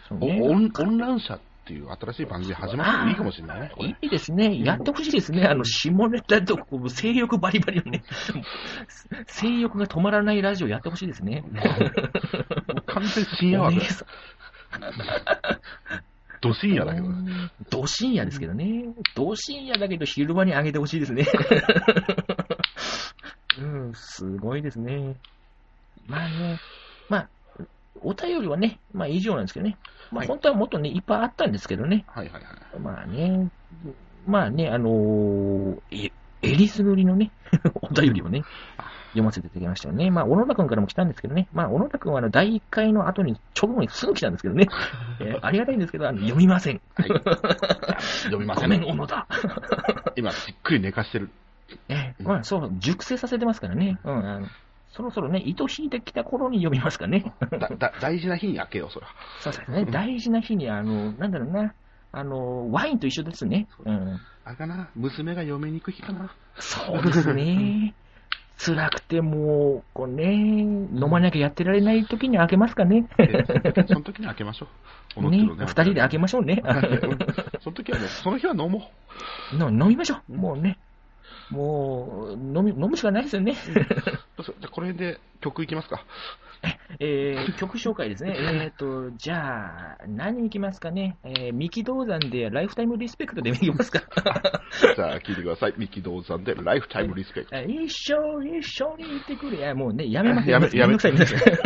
S1: そう
S2: おオ
S1: ね
S2: ンオンラン社っていう新しい番組始まってもいいかもしれないね。これ
S1: いいですね。やってほしいですね。あの、下ネタと、こう性欲バリバリのね、性欲が止まらないラジオやってほしいですね。
S2: もう完全に深夜枠
S1: お姉さん
S2: ど深夜だけどね。
S1: ど深夜ですけどね。ど深夜だけど昼間にあげてほしいですね。 うん、すごいですね。まあね、まあ、お便りはね、まあ以上なんですけどね。ま
S2: は
S1: あ
S2: い
S1: 本当はもっとね、いっぱいあったんですけどね。
S2: はいはいはい。
S1: まあね、まあね、あのーえ、えりすぐりのね、 お便りをね、読ませていただきましたよね。まあ、小野田くんからも来たんですけどね、まあ、小野田くんはあの、第1回の後に、直後にすぐ来たんですけどね、えーありがたいんですけど、あの読みません。
S2: 読みませ
S1: ご
S2: ん。
S1: めん、小野田。
S2: 今、じっくり寝かしてる。
S1: えーまあ、そう、熟成させてますからね。うん、あのそろそろね、糸引いてきた頃に読みますかね。
S2: だだ大事な日に開けよう、そら。
S1: そうですね。大事な日に、あの、なんだろうな、あの、ワインと一緒ですね。うん。
S2: あれかな、娘が嫁に行く日 かな。
S1: そうですね。辛くてもう、こうね、飲まなきゃやってられない時に開けますかね。
S2: えーその時に開けましょう。
S1: ね、二人で開けましょうね。
S2: す。 その時はね、その日は飲も
S1: の 飲みましょう。もうね。もう、飲み、飲むしかないですよ ね。
S2: う。じゃあ、これで曲いきますか。
S1: えー、曲紹介 ですね。えっと、じゃあ、何行きますかね。えー、三木道山でライフタイムリスペクトで行きます か。
S2: じゃあ、聴いてください。ミキ道山で、ライフタイムリスペクト。
S1: あ一緒、一緒に行ってくれ。いや、もうね、やめます。
S2: やめ
S1: めんどくさい、めんどくさい。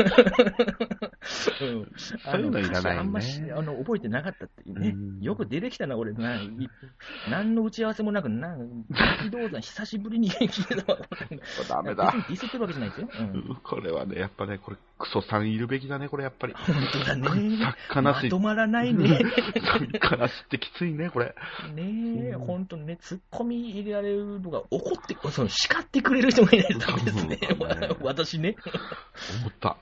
S1: うん
S2: そういうのいらないね
S1: あんまし、あの、覚えてなかったっていうね
S2: う。ん
S1: よく出てきたな、俺。な、い何の打ち合わせもなく、な、滝道山久しぶりに聞いたわ。
S2: ダメ
S1: 別に
S2: だ。
S1: ディスってるわけじゃないですよ。うん
S2: これはね、やっぱね、これ、クソさんいるべきだね、これ、やっぱり。
S1: 本当だね。
S2: 作家な
S1: ま
S2: し、
S1: とまらないね。
S2: 作家なしってきついね、これ。
S1: ねえ、本当にね、突っ込み入れられるのが怒って、その叱ってくれる人がいないとダメですね
S2: そうだね。
S1: 私ね。
S2: 思った。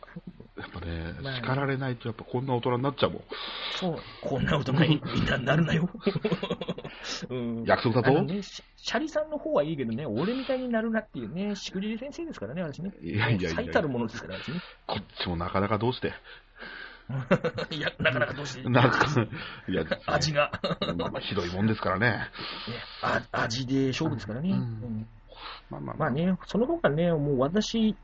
S2: やっぱね、
S1: まあ
S2: 叱られないと、やっぱこんな大人になっちゃうもん。
S1: そう、こんなことない、みんなになる なよ。うん、
S2: 約束だ
S1: あの
S2: ぞ。
S1: ね、シャシャリさんの方はいいけどね、俺みたいになるなっていうね、しくじり先生ですからね、私ね。
S2: いやいやいやいや
S1: 最たるものですから、私 ね。
S2: こっちもなかなかどうして。
S1: いや、なかなかどうして、
S2: なんか、いや、
S1: 味が、
S2: まあまあ、ひどいもんですからね。
S1: ねあ味で勝負ですからね。
S2: うん
S1: うん
S2: まあまあ
S1: まあね、その方がね、もう私、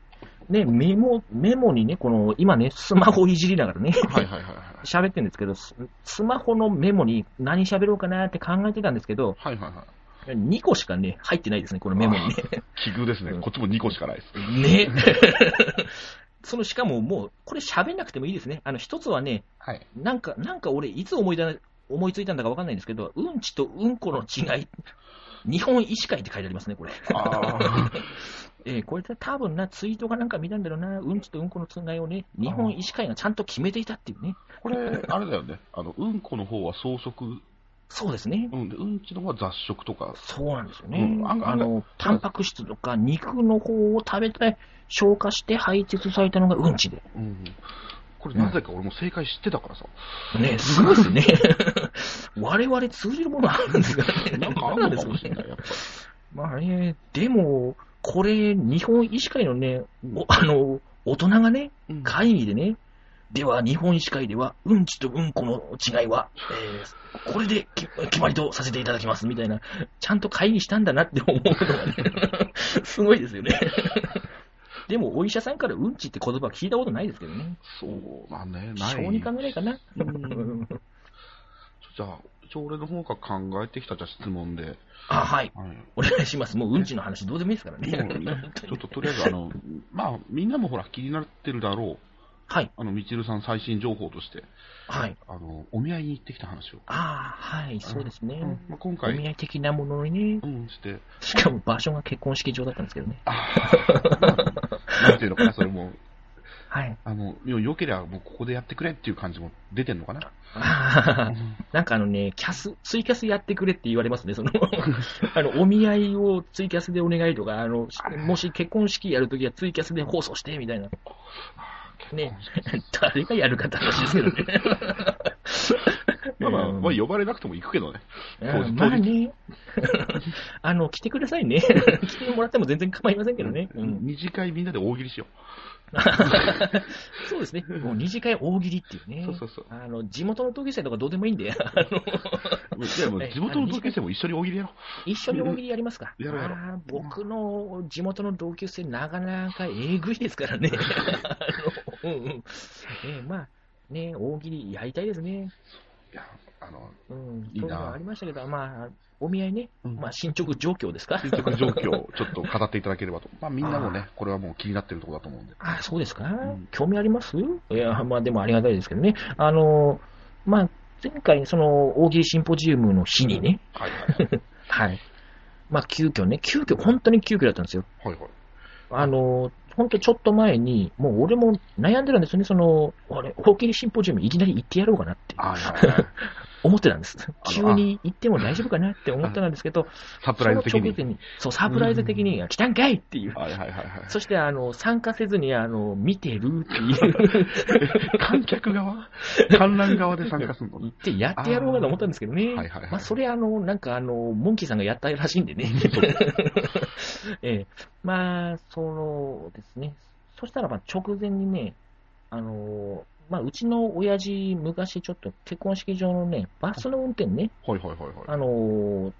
S1: ね、メモ、メモにね、この、今ね、スマホいじりながらね、
S2: はいはいはいはい。
S1: 喋ってるんですけど、ススマホのメモに何喋ろうかなって考えてたんですけど、
S2: はいはいはい。
S1: 2個しかね、入ってないですね、このメモにね。
S2: 奇遇ですね。こっちも2個しかないで す。
S1: ね。そのしかももう、これ喋んなくてもいいですね。あの、一つはね、
S2: はい。
S1: なんか、なんか俺、いつ思いだ思いついたんだかわかんないんですけど、うんちとうんこの違い、 日本医師会って書いてありますね、これ。
S2: あ
S1: えーこれって多分な、ツイートかなんか見たんだろうな、うんちとうんこのつがいをね、日本医師会がちゃんと決めていたっていうね。
S2: これ、あれだよね。あの、うんこの方は装飾
S1: そうですね。
S2: うん、でうんちの方は雑食とか、
S1: そうなんですよね。
S2: うんあの
S1: あの、タンパク質とか肉の方を食べて、消化して排泄されたのがうんちで。
S2: うん、これなぜか俺も正解知ってたからさ、
S1: ね、すごいですね。 我々通じるものあるんですかね。
S2: なんかあるのかもしれ ない、やっぱり。
S1: まあね、でも、これ、日本医師会のね、おあの、大人がね、
S2: うん
S1: 会議でね、では日本医師会では、うんちとうんこの違いは、えーこれでき決まりとさせていただきます、みたいな、ちゃんと会議したんだなって思うのがね、 すごいですよね。でも、お医者さんからうんちって言葉聞いたことないですけどね。
S2: そうだね、ない。
S1: 小児科ぐらいかな。
S2: うんじゃあ、一応俺の方が考えてきたじゃあ質問で、
S1: あ、はい。
S2: はい
S1: お願いします。もううんちの話どうでもいいですからね。
S2: もうねちょっととりあえずあの、まあ、みんなもほら気になってるだろう、
S1: はい。
S2: あのみちるさん最新情報として、
S1: はい。
S2: あのお見合いに行ってきた話を、
S1: ああ、はい、そうですね。
S2: うんまあ、今
S1: お
S2: 回、
S1: 見合い的なものにね
S2: う、ん、して、
S1: しかも場所が結婚式場だったんですけどね。
S2: なんていうのかな、それも、
S1: はい。
S2: あのよよければもうここでやってくれっていう感じも出てるのかな。
S1: あ
S2: う
S1: ー
S2: ん
S1: なんかあのね、キャス、ツイキャスやってくれって言われますね、その、 あの、お見合いをツイキャスでお願いとか、あの、しもし結婚式やるときはツイキャスで放送して、みたいな。 ね、誰がやるかって話ですけどね。
S2: まあまあ、
S1: うん
S2: まあ、呼ばれなくても行くけどね。 当
S1: う
S2: 日
S1: んまあね、 あの、来てください ね。来てもらっても全然構いませんけどね。うん
S2: 二次会みんなで大喜利しよ
S1: そうですね、もう二次会大喜利っていうね、
S2: そうそうそう
S1: あの地元の同級生とかどうでもいいんで、あの
S2: う。いやもう地元の同級生も一緒に大喜利やろ
S1: 一緒に大喜利やりますか、
S2: やろうやろう
S1: あー僕の地元の同級生、なかなかえぐいですからね、 あのうんうんえーまあね、大喜利やりたいですね、
S2: う。いや、あの、
S1: うん、
S2: いい
S1: そうい
S2: な
S1: うのはありましたけど、まあ、お見合いね、
S2: うん
S1: まあ、進捗状況ですか。
S2: 進捗状況をちょっと語っていただければと。まあみんなもね、これはもう気になってるところだと思うんで。
S1: あそうですか、
S2: ん
S1: 興味ありますいや、まあでもありがたいですけどね、あのまあ、前回、その大喜利シンポジウムの日にね、
S2: はいはいはい。
S1: はい。まあ、急遽ね、急遽、本当に急遽だったんですよ。
S2: はいはい。
S1: あのー、本当ちょっと前に、もう俺も悩んでたんですよね、その、あれ、法律シンポジウムいきなり行ってやろうかなって
S2: あはいはい。
S1: 思ってたんです。
S2: あ
S1: 急に行っても大丈夫かなって思ってたんですけど、
S2: サプライズ的
S1: その直
S2: に。
S1: 前に、そう、サプライズ的に、来たんかいっていう。
S2: はいはいはいはい。
S1: そして、あの、参加せずに、あの、見てるって いう、
S2: 観客側観覧側で参加するの
S1: 言ってやってやろうかと思ったんですけどね。
S2: はいはいはい
S1: まあ、それ、あの、なんか、あの、モンキーさんがやったらしいんでね。 ええまあ、そのですね。そしたら、まあ、直前にね、あの、まあ、うちの親父、昔ちょっと結婚式場のね、バスの運転ね、
S2: はいはいはいはい。
S1: あの、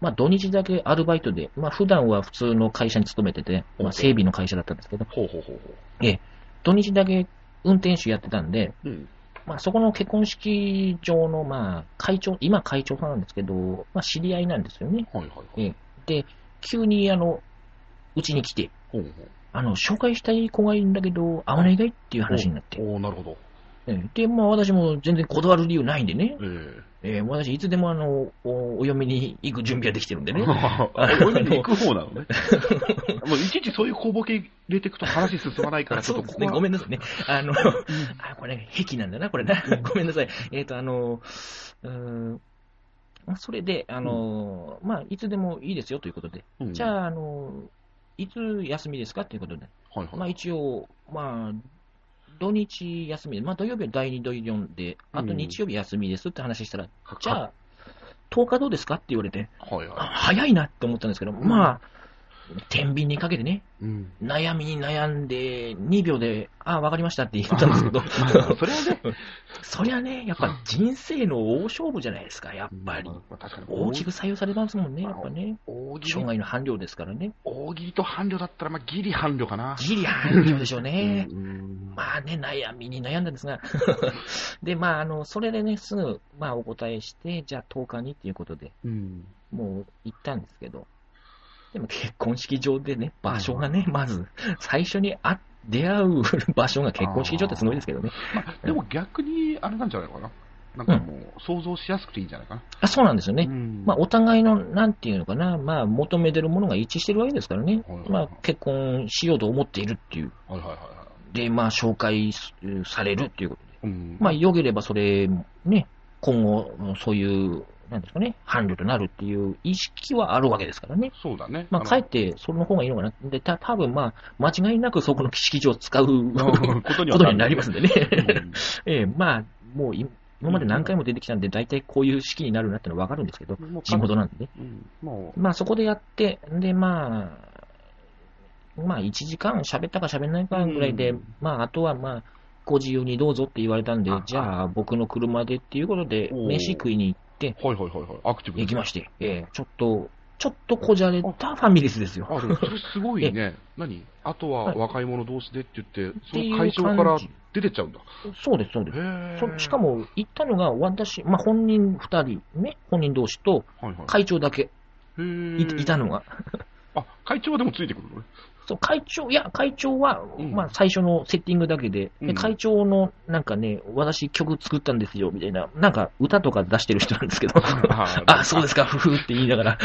S1: まあ、土日だけアルバイトで、まあ、普段は普通の会社に勤めてて、まあ、整備の会社だったんですけど、
S2: ほうほうほうほ
S1: 土日だけ運転手やってたんで、
S2: う。うん。
S1: まあ、そこの結婚式場の、まあ、会長、今会長さんなんですけど、まあ、知り合いなんですよね。
S2: はいはいはい。
S1: で、急に、あの、うちに来て、
S2: ほうほう。
S1: あの、紹介したい子がいるんだけど、会わないかいっていう話になって。
S2: おおなるほど。
S1: ええで、まあ、私も全然断る理由ないんでね。
S2: ええ
S1: ええ私、いつでも、あの、おお嫁に行く準備はできてるんでね。
S2: あこういうのに行く方なの ね。もういちいちそういう小ボケ入れていくと話進まないから、ち
S1: そ
S2: ょ
S1: う
S2: っ
S1: で
S2: と
S1: す
S2: こ
S1: ね。
S2: こ
S1: ご
S2: は。
S1: めんなさいね。あの、あ、これ、癖なんだな、これな。ごめんなさい。えっ、と、あの、うーん、まあそれで、あの、まあ、いつでもいいですよということで、
S2: うん
S1: じゃあ、あの、いつ休みですかということで、
S2: はいはい。
S1: まあ、一応、まあ、土日休みで、まあ、土曜日は第2、土4で、あと
S2: うん
S1: 日曜日休みですって話したら、
S2: か
S1: じゃあ、10日どうですかって言われて、
S2: はい
S1: あ
S2: は
S1: 早いなって思ったんですけど、
S2: ん
S1: まあ、天秤にかけてね、
S2: い。うん。
S1: 悩みに悩んで、2秒で、ああ、わかりましたって言ったんですけど、
S2: まあそれはね、
S1: そりゃね、やっぱ人生の大勝負じゃないですか、やっぱり
S2: ま。あ確かに
S1: 大きく採用されますもんね、やっぱね。
S2: 大喜
S1: 生
S2: 利、
S1: 涯の伴侶ですからね。
S2: 大喜利と伴侶だったら、まあ、ギリ伴侶かな。
S1: ギリ伴侶でしょうね。
S2: うんうん
S1: まあね、悩みに悩んだんです が。で、まあ、あの、それでね、すぐ、まあ、お答えして、じゃあ10日にっていうことで、
S2: うん。
S1: もう行ったんですけど。でも結婚式場でね、場所がね、まず、最初にあ出会う場所が結婚式場ってすごいですけどね。
S2: でも逆に、あれなんじゃないのかな。なんかもう、想像しやすくていいんじゃないかな。
S1: あそうなんですよね。
S2: うん
S1: まあ、お互いの、なんていうのかな、まあ、求めてるものが一致してるわけですからね
S2: はいはいは。い
S1: まあ、結婚しようと思っているっていう。
S2: はいはいはいは
S1: で、まあ、紹介すされるっていうことで。
S2: い。うん
S1: まあ、良ければそれ、ね、今後、そういうなんですかね、伴侶となるっていう意識はあるわけですからね。
S2: そうだね。
S1: まあ、
S2: の
S1: かえって、その方がいいのかな。で、た多分まあ、間違いなくそこの式場を使う
S2: うん
S1: こ
S2: ことには
S1: とになりますんでね。
S2: うん
S1: ええ、まあ、もうい今まで何回も出てきたんで、大体こういう式になるなってのはわかるんですけど、
S2: もう
S1: 地元なんでね。
S2: うんも
S1: まあそこでやって、でまあ、まあ1時間喋ったか喋んないかぐらいで、
S2: うん
S1: まああとはまあ、ご自由にどうぞって言われたんで
S2: あ、
S1: じゃあ僕の車でっていうことで、
S2: おー
S1: 飯食いに行って、
S2: う、はいはいはいはい、アクティブ
S1: 行きま
S2: し
S1: して、ええちょっと、ちょっとこじゃれたファミレスですよ。
S2: あ、でもそれすごいね。 何あとは若い者同士でって言って、そ
S1: ていう
S2: の会場から
S1: 感じ
S2: 出てっちゃうんだ。
S1: そうです、そうです。
S2: へ
S1: そ
S2: え。
S1: しか、も、行ったのが、私、まあ、本人2人、ね、本人同士と、
S2: はいはい。
S1: 会長だけい,、
S2: へえ
S1: いたのが、
S2: あ、会長はでもついてくるのね。
S1: そう会長、いや、会長は、
S2: うん
S1: まあ、最初のセッティングだけで、
S2: うん
S1: で会長の、なんかね、私曲作ったんですよ、みたいな、なんか歌とか出してる人なんですけ ど、
S2: あ
S1: あ、そうですか、ふふって言いながら、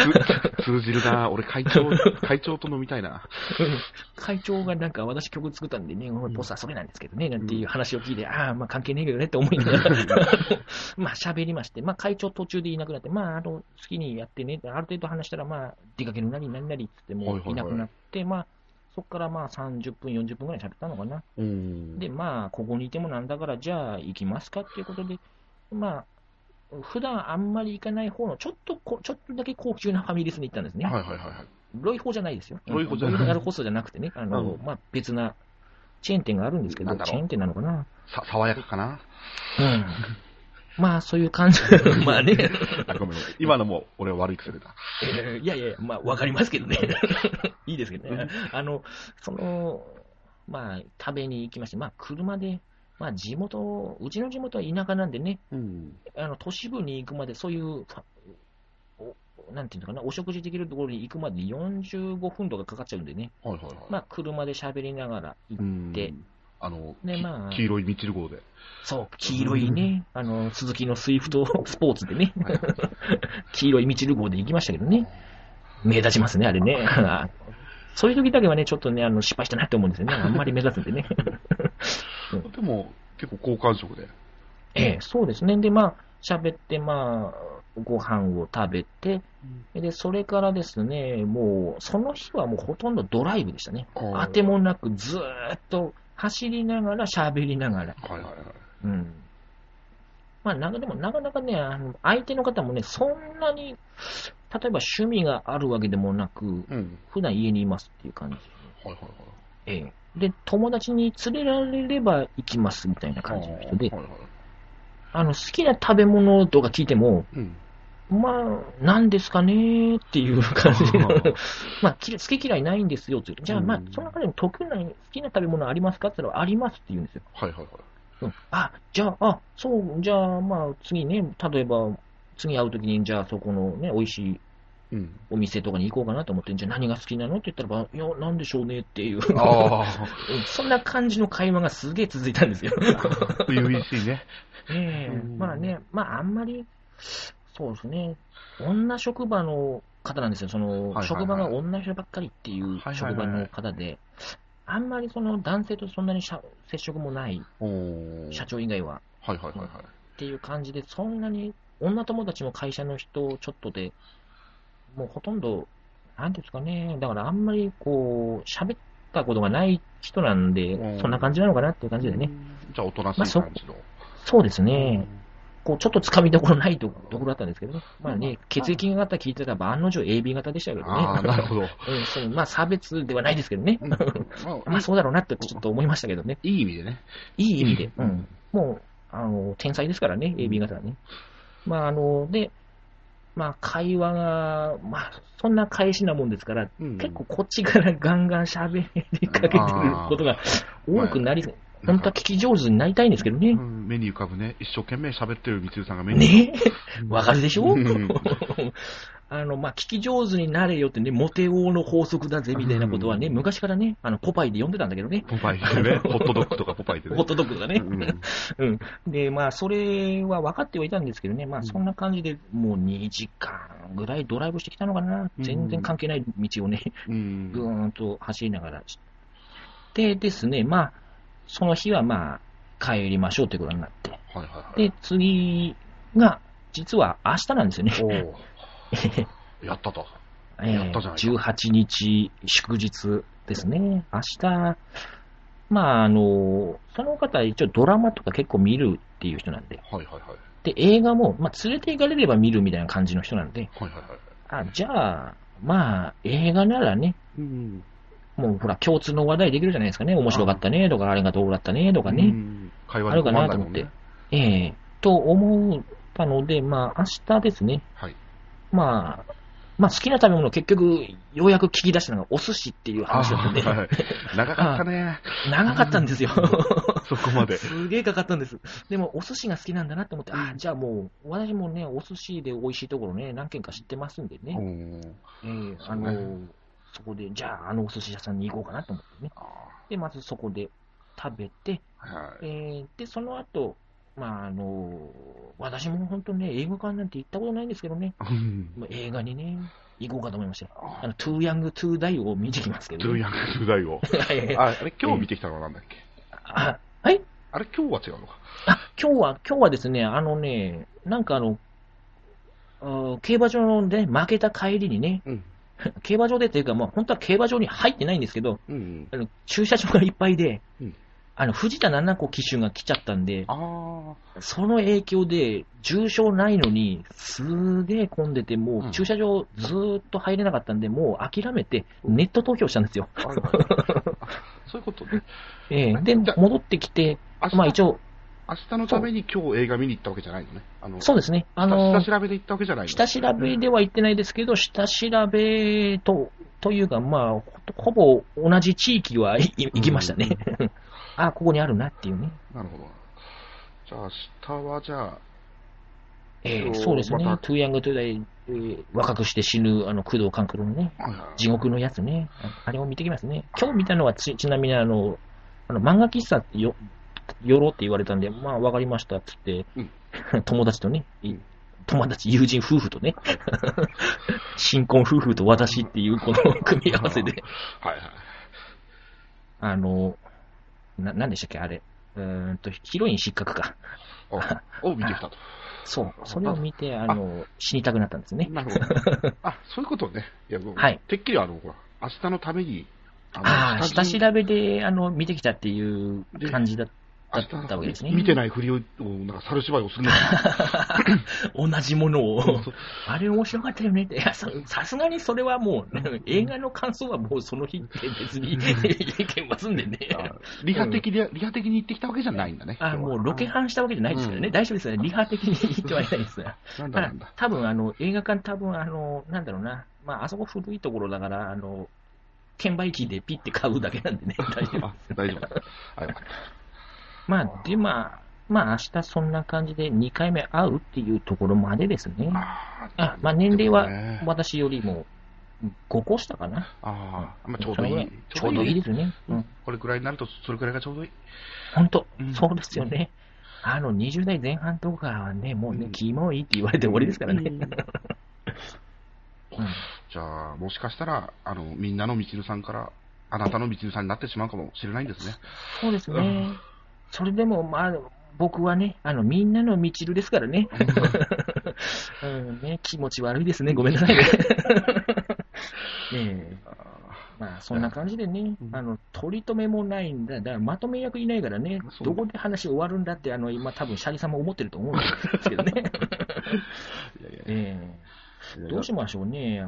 S2: つ通じるな。俺 会長、会長と飲みたいな。
S1: 会長がなんか私曲作ったんでね、
S2: ん
S1: ボスはそれなんですけどね、なんていう話を聞いて、ああ、まあ関係ねえけどねって思いなが ら、まあ喋りまして、まあ会長途中でいなくなって、まああの、好きにやってね、ある程度話したら、まあ出かけるなり何なりってっても
S2: はいはいはいう
S1: いなくなって、まあそこからまあ30分、40分ぐらい喋ったのかな。
S2: うん
S1: で、まあ、ここにいてもなんだから、じゃあ行きますかっていうことで、まあ、普段あんまり行かない方の、ちょっとこ、ちょっとだけ高級なファミレスに行ったんですね。
S2: はいはいはいはい。
S1: ロイホじゃないですよ。
S2: ロイホじゃない
S1: ロイヤルホストじゃなくてね、あの、
S2: う
S1: まあ、別なチェーン店があるんですけ
S2: な
S1: ど、
S2: んだろう
S1: チェーン店なのかな。
S2: さ、爽やか かな。
S1: うん。まあ、そういう感じ。 まあね、
S2: あ、ごめんごめん。今のも俺は悪い癖だ。
S1: えーいやいやいや、まあ、わかりますけ どね。いいですけどね。あの、その、まあ、食べに行きまして、まあ、車で、まあ、地元、うちの地元は田舎なんでね、
S2: うん。
S1: あの都市部に行くまで、そういう、さおなんていうのかな、お食事できるところに行くまでに45分とかかかっちゃうんでね、
S2: はいはいはい。
S1: まあ、車で喋りながら行
S2: う
S1: っ
S2: ん
S1: で、
S2: あの、
S1: ね
S2: き
S1: まあ
S2: 黄色いミチル号で。
S1: そう、黄色いね、あの、鈴木のスイフト スポーツでね、
S2: はい
S1: 黄色いミチル号で行きましたけどね、目立ちますね、あれね。そういう時だけはね、ちょっとね、あの失敗したなって思うんですよね。あんまり目立つんでね。
S2: でも、結構好感触で。
S1: ええ、そうですね。で、まあ、喋って、まあ、ご飯を食べて、で、それからですね、もう、その日はもうほとんどドライブでしたね。
S2: あ
S1: 当て。もなくずーっと走りながら喋りながら。
S2: はいはいはい。
S1: うん。まあ、なんかでもなかなかね、あの相手の方もね、そんなに、例えば趣味があるわけでもなく、
S2: うん。
S1: 普段家にいますっていう感じ。
S2: はいはいはい。
S1: ええ。で、友達に連れられれば行きますみたいな感じの人で、
S2: はいはいはい。
S1: あの、好きな食べ物とか聞いても、
S2: うん。
S1: まあ、なんですかねーっていう感じの、 まあ、き好き嫌いないんですよって言うとじゃあ、
S2: うん
S1: まあ、その中でも特に好きな食べ物ありますかって言ったら、ありますって言うんですよ。
S2: はいはいはい。
S1: うんあ、じゃあ、あ、そう、じゃあ、まあ、次ね、例えば、次会うときに、じゃあ、そこのね、美味しい
S2: うん。
S1: お店とかに行こうかなと思って、じゃあ、何が好きなのって言ったらば、いや、なんでしょうねっていう、
S2: あ
S1: そんな感じの会話がすげえ続いたんですよ。
S2: あ、初々しいね。
S1: ええ
S2: うん
S1: まあね、まああんまり、そうですね、女職場の方なんですよ、その、
S2: はいはい
S1: 職場が女人ばっかりっていう
S2: はいはいはい
S1: 職場の方で、あんまりその男性とそんなにしゃ接触もない、
S2: おー
S1: 社長以外は
S2: はいはいはいはい。
S1: っていう感じで、そんなに女友達も会社の人ちょっとで、もうほとんど、なんですかね、だからあんまりこう、喋ったことがない人なんで、
S2: うん
S1: そんな感じなのかなっていう感じでね、
S2: じゃあ、おとなしい感じの。
S1: そうですね。こうちょっとつかみどころないとところだったんですけどね、まあね、血液型聞いてたら、案の定 AB 型でしたけど
S2: ああ、なる
S1: ね、
S2: ほど。
S1: うんそうまあ差別ではないですけどね、
S2: うん
S1: ま
S2: ま
S1: あ
S2: あ
S1: そうだろうなってちょっと思いましたけどね、
S2: いい意味でね。
S1: いい意味で、
S2: う
S1: うんん、もうあの天才ですからね、AB 型はね。まあ、あのでまあ、会話が、まあ、そんな返しなもんですから、
S2: うん
S1: 結構こっちからガンガン喋りかけてることが多くなり、本当は聞き上手になりたいんですけどね
S2: う。ん目に浮かぶね、一生懸命喋ってるみつるさんが目に浮
S1: ねわかるでしょ、
S2: うん
S1: あの、まあ、聞き上手になれよってね、モテ王の法則だぜみたいなことはね、
S2: うん
S1: 昔からね、あの、ポパイで読んでたんだけどね。
S2: ポパイでね、ホットドッグとかポパイでね。
S1: ホットドッグとかね
S2: う。ん
S1: うん。で、まあ、それは分かってはいたんですけどね、まあ、そんな感じで、もう2時間ぐらいドライブしてきたのかな。
S2: うん
S1: 全然関係ない道をね、
S2: うん
S1: ぐーんと走りながらし。でですね、まあ、その日はまあ、帰りましょうってことになって。
S2: はいはいはい。
S1: で、次が、実は明日なんですよね。
S2: おおーやったと。
S1: え
S2: やったじゃな
S1: ー
S2: い
S1: 18日祝日ですね。明日、まあ、あの、その方一応ドラマとか結構見るっていう人なんで。
S2: はいはいはい。
S1: で、映画も、まあ、連れて行かれれば見るみたいな感じの人なんで。
S2: はいはいはい。
S1: あ、じゃあ、まあ、映画ならね、
S2: うん。
S1: もうほら、共通の話題できるじゃないですかね。面白かったねとか、あれがどうだったねとかね。
S2: ね。会話に困らないもん
S1: ある
S2: ね。
S1: ええと思ったので、まあ、明日ですね。
S2: はい。
S1: まあ、まあ、好きな食べ物結局、ようやく聞き出したのがお寿司っていう話だったんで、
S2: はいはい長かったね。
S1: 長かったんですよ。
S2: そこまで。
S1: すげえかかったんです。でも、お寿司が好きなんだなと思って、あ
S2: う
S1: あ、
S2: ん
S1: じゃあもう、私もね、お寿司で美味しいところね、何軒か知ってますんでね、
S2: うん
S1: ええ
S2: そ
S1: あ
S2: うね
S1: のそこで、じゃあ、あのお寿司屋さんに行こうかなと思ってね。
S2: あ
S1: で、まずそこで食べて、
S2: ーは
S1: え
S2: い
S1: ーで、その後、まあ、あの私も本当ね、映画館なんて行ったことないんですけどね、
S2: うん
S1: もう映画にね、行こうかと思いましたよ。
S2: あ
S1: あの、トゥーヤング・トゥーダイを見てきますけ
S2: ー
S1: ど、
S2: トゥーヤングトゥーダイを。
S1: はいはいはい
S2: ああれ、今日見てきたのはなんだっけ
S1: あはい
S2: あれ、今日は違うのか。
S1: あ、今日は、今日はですね、あのね、なんかあの、あー競馬場のね、負けた帰りにね、
S2: うん。
S1: 競馬場でっていうか、まあ、本当は競馬場に入ってないんですけど、
S2: うん。
S1: あの駐車場がいっぱいで、
S2: うん
S1: あの藤田七子騎手が来ちゃったんで、
S2: ああ。
S1: その影響で、重傷ないのに、すげえ混んでて、も
S2: うん
S1: う駐車場ずーっと入れなかったんで、もう諦めて、ネット投票したんですよ。
S2: はい はいはいあそういうことね。
S1: ええで、
S2: じゃあ
S1: 戻ってきて、
S2: 明日
S1: まあ一応、
S2: 明日のために今日映画見に行ったわけじゃないのね。あの、
S1: そうですね、あの
S2: 下下調べで行ったわけじゃないの。
S1: 下調べでは言ってないですけど、下調べとというか、まあ、ほほぼ同じ地域はいい行きましたね。 あここにあるなっていうね。
S2: なるほど。じゃあ、明日はじゃあ、
S1: えー
S2: そう
S1: そうですね。
S2: また
S1: トゥーヤングトゥーダイ、えー若くして死ぬあの工藤官九郎のね、
S2: はいはい
S1: 地獄のやつね、ああれを見てきますね。今日見たのはちちなみにあの、あの漫画喫茶ってよ寄ろうって言われたんで、まあ分かりましたっつって、 友達とね、い友達、友人、夫婦と ね、新婚夫婦と私っていうこの組み合わせで、
S2: はいはい。
S1: あの、な、なんでしたっけ、あれ。うーんと、ヒロイン失格か。
S2: おを見てきたと。
S1: そう。それを見て、あの、死にたくなったんですね。
S2: なるほど。あ、そういうことね。いや、もう
S1: はい
S2: てっきりあの、ほら、明日のために、
S1: ああ、
S2: 下
S1: 下
S2: 地
S1: 調べで、あの、見てきたっていう感じだだっ
S2: 明
S1: たわけです
S2: 日
S1: ね。
S2: 見てないふりを、なんか、猿芝居をするのか
S1: 同じものを
S2: な。そうそう
S1: あれ面白かったよねって、いやささすがにそれはもう、映画の感想はもうその日って別に意見は済んでね。
S2: あリハ的で、リハ的に行ってきたわけじゃないんだね。
S1: あもうロケ
S2: ハ
S1: ハンしたわけじゃないですからね、
S2: うん
S1: 大丈夫ですよね、リハ的に言ってはいないです。
S2: なん
S1: た
S2: だな
S1: だ
S2: んだ。、
S1: 多分あの映画館、多分あのなんだろうな、まあ、あそこ古いところだから、あの券売機でピッて買うだけなん でね、大丈夫
S2: あ大丈夫だ。あ、よかっ
S1: まあ、で、まあ、まあ、明日そんな感じで2回目会うっていうところまでですね
S2: た。。あー
S1: あ、まあ、年齢は
S2: でもね
S1: 私よりも5個下かな。
S2: あー、まあ、ちょうど
S1: そ
S2: い
S1: のぐら
S2: い。
S1: ちょうどいい
S2: ね
S1: ですね。うん。
S2: これくらいになると、それくらいがちょうどいい。
S1: 本当
S2: うん、
S1: そうですよね。あの、20代前半とかはね、もう
S2: う
S1: ね
S2: ん、
S1: キモいって言われて終わりですからね
S2: う。んじゃあ、もしかしたら、あの、みんなのみちるさんから、あなたのみちるさんになってしまうかもしれないんですね。
S1: そうです
S2: う
S1: ね。それでも、まあ、僕はね、あの、みんなのみちるですからね。うん、ね、気持ち悪いですね。 ごめんなさい ね。ねえまあ、そんな感じでね
S2: う、ん
S1: あの、取り留めもないんだ。だから、まとめ役いないからね
S2: そ、う
S1: どこで話終わるんだって、あの、今、多分、シャリさんも思ってると思うんですけどね。
S2: いやいやい
S1: え
S2: や
S1: えどうしましょうね。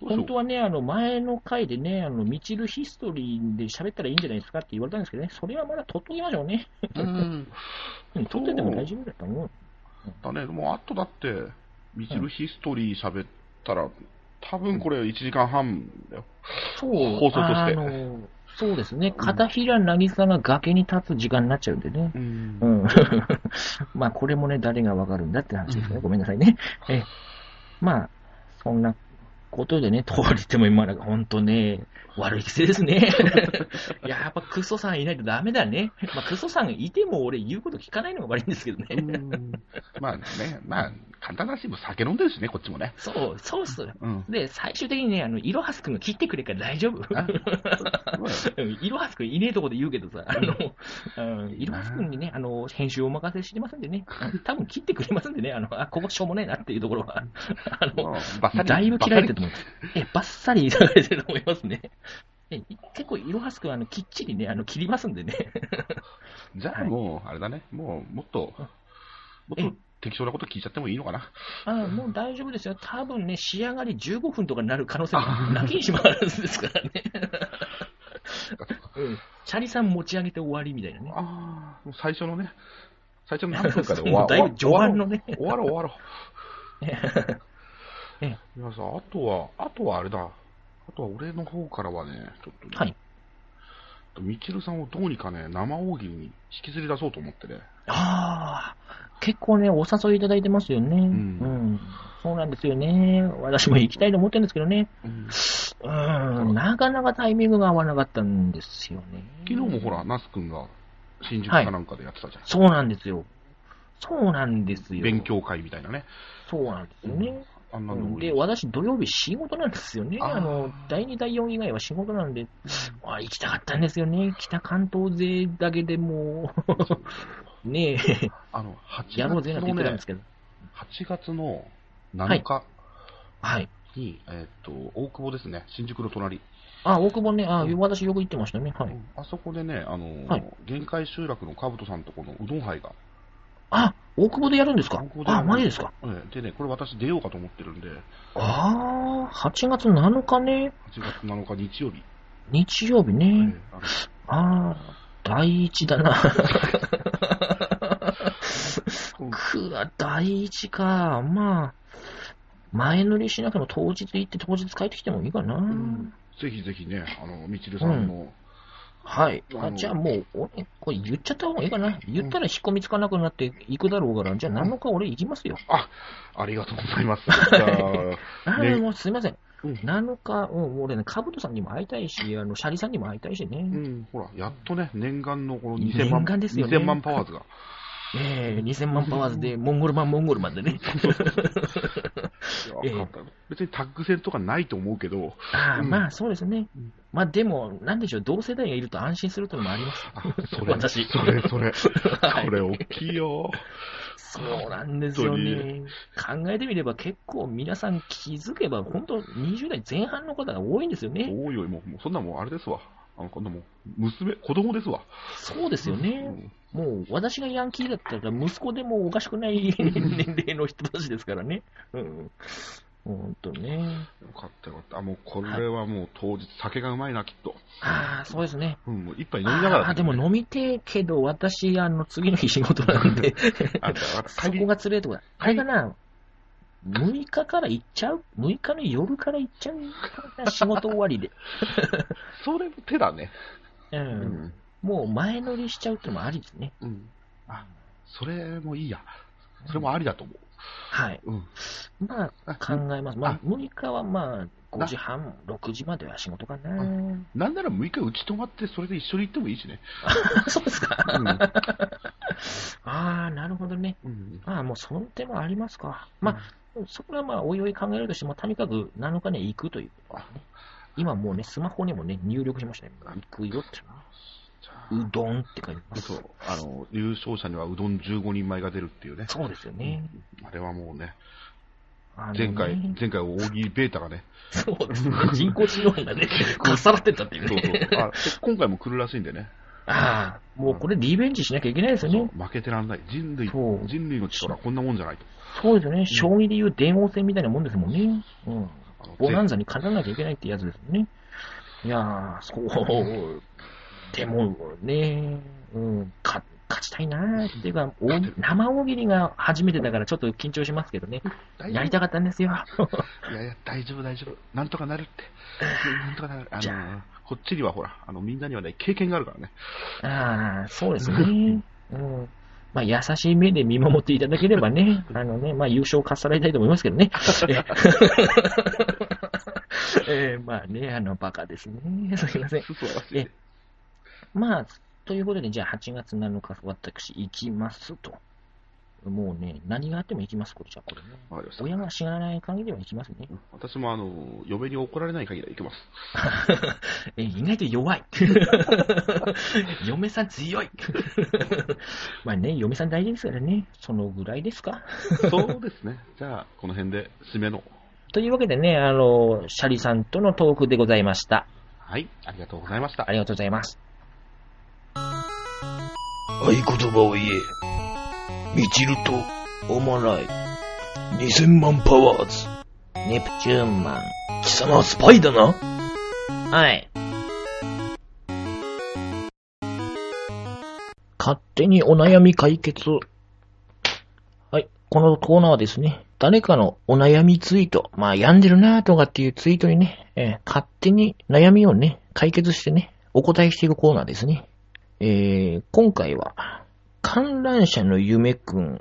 S2: どうしよう
S1: 本当はね、あの、前の回でね、あの、みちるヒストリーで喋ったらいいんじゃないですかって言われたんですけどね、それはまだ取っときましょうね。
S2: うん。
S1: うん取ってても大丈夫だと思う。
S2: だね、もうあとだって、みちるヒストリー喋ったら、多分これ1時間半だよ。
S1: そう、
S2: 放送として
S1: あの、そうですね、片平なぎさが崖に立つ時間になっちゃうんでね。
S2: うん
S1: う。ん。 まあ、これもね、誰がわかるんだって話ですね。
S2: うん
S1: ごめんなさいね。え、まあ、そんなことでね、通りても今なんか本当ね、悪い癖です ね。いややっぱクソさんいないとダメだね。まあ、クソさんいても俺言うこと聞かないのが悪いんですけどね。
S2: まあね、まあ、簡単なし、もう酒飲んでるしね、こっちもね。
S1: そう、そうっす。
S2: うん。
S1: で、最終的にね、あの、いろはすくんが切ってくれるから大丈夫。
S2: あそうだよ
S1: うんいろはすくんいねえとこで言うけどさ、あの、うん
S2: いいない
S1: ろはすくんにね、あの、編集お任せしてますんでね、うん多分切ってくれますんでね、あの、あ、ここしょうもねえなっていうところは、あの、
S2: もうバッサリ
S1: だいぶ切られてると思う。え、バッサリ切られてると思いますね。え結構、いろはすくん、あの、きっちりね、あの、切りますんでね。
S2: じゃあもう、あれだね、もう、もっと、もっと適当なこと聞いちゃってもいいのかな。
S1: あもう大丈夫ですよ。多分ね、仕上がり15分とかになる可能性もなきにしもあらずですからね。うんチャリさん持ち上げて終わりみたいなね。
S2: ああ、もう最初のね、最初の何 分かで終
S1: も
S2: わ
S1: うだいぶ序盤のね
S2: 終わろう、終わろ う。
S1: え
S2: いやさ、あとは、あとはあれだ。あとは俺の方からはね、ちょっとね、
S1: はい。
S2: みちるさんをどうにかね、生大喜利に引きずり出そうと思ってね。
S1: ああ、結構ね、お誘いいただいてますよね。うんん。そうなんですよね。私も行きたいと思ってるんですけどね。
S2: うん
S1: うん。なかなかタイミングが合わなかったんですよね。
S2: 昨日もほら、ナス君が新宿かなんかでやってたじゃん。
S1: そうなんですよ。そうなんですよ。
S2: 勉。強会みたいなね。
S1: そうなんですよね。
S2: あんな
S1: うん
S2: の
S1: で、私、土曜日仕事なんですよね。
S2: あー
S1: あの、第2、第4以外は仕事なんで、あ行きたかったんですよね。北関東勢だけでもう、 ねえ、
S2: あの、8
S1: やろうぜなんて言ってた
S2: 月の
S1: ん
S2: ね
S1: です、けど。
S2: 8月の7日
S1: はい。
S2: に、えーっと、大久保ですね、新宿の隣。
S1: あ、大久保ね、あ、私よく行ってましたね。はい。
S2: あそこでね、あの、
S1: はい
S2: 限界集落の兜さんとこのうどん杯が、
S1: あ、大久保でやるんですか
S2: 大久保でや
S1: あ、
S2: る
S1: マジですか
S2: ええでね、これ私出ようかと思ってるんで、8
S1: ああ、8月7日ね、
S2: 月7日日曜日、
S1: 日曜日
S2: え
S1: ね。
S2: えあの
S1: ああ、第一だな。くわ、第一か。まあ、前乗りしなくても当日行って当日帰ってきてもいいかな。
S2: ぜひぜひね、あの、みちるさんの、
S1: はい。
S2: あ
S1: あ
S2: の
S1: じゃあもう、俺、これ言っちゃった方がいいかな。言ったら引っ込みつかなくなって行くだろうから、じゃあ7日俺行きますよ。
S2: ありがとうございます。じゃ
S1: あ
S2: あ、
S1: ー
S2: ね
S1: もうすいません。
S2: うん
S1: 7日、うん、俺ね、かぶとさんにも会いたいし、あの、シャリさんにも会いたいしね。
S2: うん、ほら、やっとね、念願のこの2000万、
S1: 念願ですよね
S2: 2000万パワーズが。
S1: ええ2000万パワーズで、モンゴルマン、モンゴルマンでね。
S2: いや
S1: ええ
S2: 別にタッグ戦とかないと思うけど、
S1: ああ、
S2: うん
S1: まあそうですね。まあでも、なんでしょう、同世代がいると安心するというのもあります。
S2: あそれ、
S1: 私
S2: それ、それ、
S1: はい
S2: それ、大きいよ。
S1: そうなんですよね。考えてみれば結構皆さん気づけば、本当20代前半の方が多いんですよね。
S2: おいおい、もう、もうそんなもうあれですわ。あの、こんなもう、娘、子供ですわ。
S1: そうですよ
S2: う
S1: ね。
S2: ん
S1: もう私がヤンキーだったら息子でもおかしくない年齢の人たちですからね。うん。本当ね。
S2: よかったよかった。あ、もう、これはもう当日、酒がうまいな、きっと。
S1: ああ、そうですね。
S2: うん、もう一杯飲みながら。
S1: ああ、でも飲みてえけど、私、あの、次の日仕事なん で、
S2: あだから
S1: そ
S2: 帰り
S1: こが辛いとこだ。あれかな、6日から行っちゃう ?6 日の夜から行っちゃうかな仕事終わ りで。
S2: それも手だね。
S1: う。
S2: うんん。
S1: もう前乗りしちゃうってのもありですね。
S2: うん。あ、それもいいや。それもありだと思
S1: はい。
S2: う。うん。
S1: まあ、考えます。ま
S2: あ
S1: あ、6日はまあ、5時半、6時までは仕事かな。
S2: なんなら6日うち泊まって、それで一緒に行ってもいいしね。
S1: そうですか。
S2: うん。
S1: ああ、なるほどね。
S2: うん。
S1: まあ、もうその手もありますか。まあ、そこはまあ、おいおい考えるとしても、とにかく7日ね、行くという。
S2: あ、
S1: 今もうね、スマホにもね、入力しましたね。行くよって。
S2: じゃあ
S1: うどんって書いてます。
S2: そう、あの、優勝者にはうどん15人前が出るっていうね。
S1: そうですよね。
S2: あれはもうね、
S1: あのね
S2: 前回、前回大喜利ベータ がね、
S1: そうですね。人工知能が ね、かっさらってったっていう
S2: そうそう
S1: ね。
S2: あで今回も来るらしいんでね、
S1: ああ、もうこれリベンジしなきゃいけないです
S2: そ
S1: よ
S2: う
S1: ね。
S2: 負けてらんない。人類、
S1: そう
S2: 人類の力はこんなもんじゃないと。
S1: そうですよね。将棋でいう電王戦みたいなもんですもんね。うん。
S2: あの
S1: ボナン
S2: ぜ
S1: ザに勝たなきゃいけないってやつですよね。いやー、そう。でもね、うん、か勝ちたいなーっていうか、お生大喜利が初めてだからちょっと緊張しますけどね。
S2: 大丈
S1: やりたかったんですよ。
S2: 夫いやいや、大丈夫、大丈夫。なんとかなるって。 なんとかなる。あ
S1: じ
S2: の、こっちにはほら、あの、みんなにはね、経験があるからね。
S1: ああ、そうですね。うん。まあ、優しい目で見守っていた だければね、あのね、まあ、優勝をかっさらいたいと思いますけどね。まあね、あの、バカですね。すいません。
S2: 素晴らしいね。
S1: まあ、ということで、じゃあ8月7日、私、行きますと。もうね、何があっても行きます、これじゃあ、これね。
S2: わかりました。
S1: 親が知らない限りは行きますね。
S2: 私もあの、嫁に怒られない限りは行けます。
S1: え、意外と弱い。 嫁さん強い。 まあね、嫁さん大事ですからね。そのぐらいですか。
S2: そうですね。じゃあ、この辺で締めの。
S1: というわけでね、あの、シャリさんとのトークでございました。
S2: はい、ありがとうございました
S1: あ。りがとうございます。
S3: 合言葉を言え。みちると、おまらい。2000万パワーズ。
S1: ネプチューンマン。
S3: 貴様はスパイだな
S1: はい。勝手にお悩み解決。はい。このコーナーはですね、誰かのお悩みツイート、まあ病んでるなとかっていうツイートにね、えー勝手に悩みをね、解決してね、お答えしていくコーナーですね。えー、今回は、観覧車の夢くん、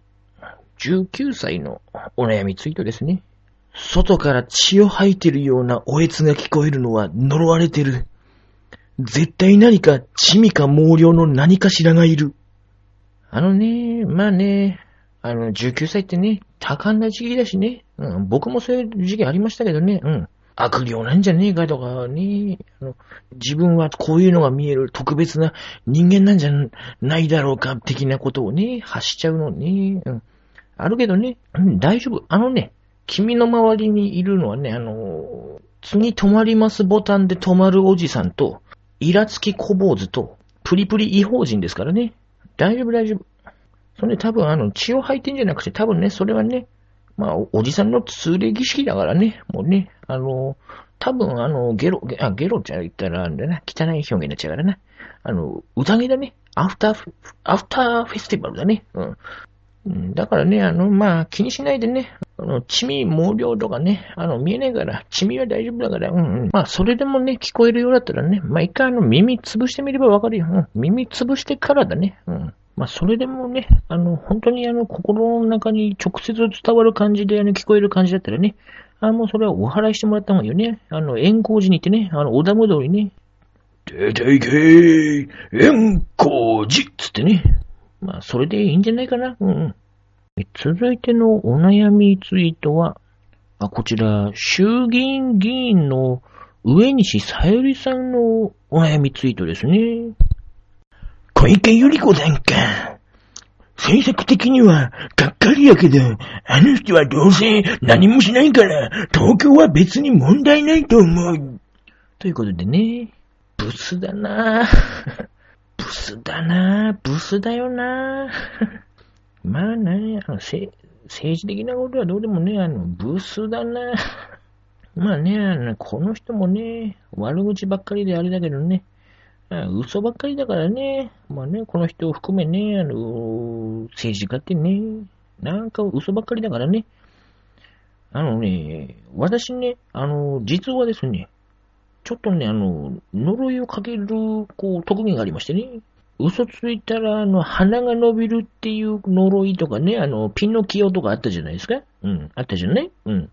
S1: 19歳のお悩みツイートですね。外から血を吐いてるようなおえつが聞こえるのは呪われてる。絶対何か地味か毛量の何かしらがいる。あのね、まあね、あの、19歳ってね、多感な時期だしね、うん、僕もそういう時期ありましたけどね、うん。悪霊なんじゃねえかとかね、あの自分はこういうのが見える特別な人間なんじゃないだろうか、的なことをね、発しちゃうのね、うん。あるけどね、うん、大丈夫。あのね、君の周りにいるのはね、あのー、次止まりますボタンで止まるおじさんと、イラつき小坊主と、プリプリ違法人ですからね。大丈夫、大丈夫。それ多分、あの、血を吐いてんじゃなくて、多分ね、それはね、まあ、おおじさんの通例儀式だからね、もうね、あのー、多分、あの、ゲロ、ゲあゲロじゃ言ったら、あれだな、汚い表現になっちゃうからな。あの、宴だね。アフターフ、アフターフェスティバルだね。うん。うんだからね、あの、まあ、気にしないでね、あの、地味、毛量とかね、あの、見えないから、地味は大丈夫だから、うんうん。まあ、それでもね、聞こえるようだったらね、まあ、一回あの、耳潰してみればわかるよ。うん。耳潰してからだね。うん。まあ、それでもね、あの、本当にあの、心の中に直接伝わる感じで、あの、聞こえる感じだったらね、あもうそれはお祓いしてもらった方がいいよね。あの、円光寺に行ってね、あの、小田無道にね、
S3: 出ていけー円光寺
S1: つってね。まあ、それでいいんじゃないかな。うんうん。え続いてのお悩みツイートは、あ、こちら、衆議院議員の上西さゆりさんのお悩みツイートですね。
S3: 小池百合子さんか。政策的には、がっかりやけど、あの人はどうせ何もしないから、東京は別に問題ないと思う。
S1: ということでね、ブスだなぁブスだなぁブスだよなぁまあね、あのせ政治的なことはどうでもね、あの、ブスだなぁ まあね、あのこの人もね、悪口ばっかりであれだけどね、あ嘘ばっかりだからね、まあね、この人を含めね、あの、政治家ってね、なんか嘘ばっかりだからね、あのね、私ね、あの、実はですね、ちょっとね、あの、呪いをかける、こう、特技がありましてね。嘘ついたら、あの、鼻が伸びるっていう呪いとかね、あの、ピノキオとかあったじゃないですか。うん、あったじゃないうん。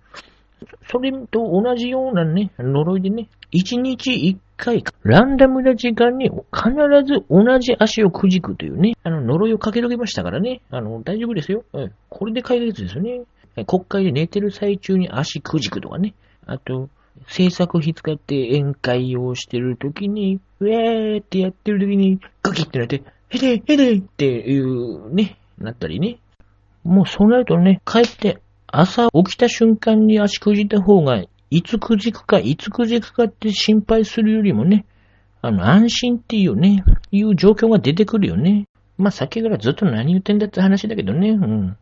S1: それと同じようなね、呪いでね、1日1回、ランダムな時間に必ず同じ足をくじくというね、あの、呪いをかけとけましたからね、あの、大丈夫ですよ。うんこれで解決ですよね。国会で寝てる最中に足くじくとかね、あと、制作費使って宴会をしてるときに、ウェーってやってるときに、ガキってなって、ヘデヘデっていうね、なったりね。もうそうなるとね、帰って朝起きた瞬間に足くじった方が、いつくじくか、いつくじくかって心配するよりもね、あの、安心っていうね、いう状況が出てくるよね。まあ、さっきからずっと何言ってんだって話だけどね、うん。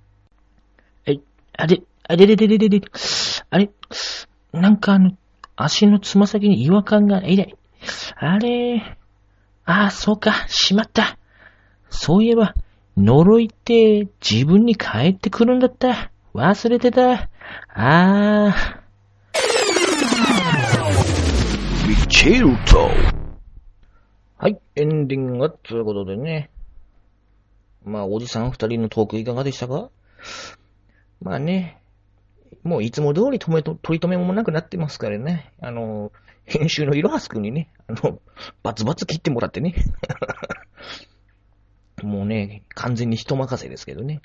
S1: え、あれ、あれれれれれれ、あれ、なんかあの、足のつま先に違和感が、えらい。あれ、ああ、そうか、しまった。そういえば、呪いって自分に帰ってくるんだった。忘れてた。ああ。
S3: ミチルと、
S1: はい、エンディングが、ということでね。まあ、おじさん二人のトークいかがでしたかまあね、もういつも通り止めと、取り留めもなくなってますからね。あの、編集のいろはすくんにね、あの、バツバツ切ってもらってね。 もうね、完全に人任せですけどね。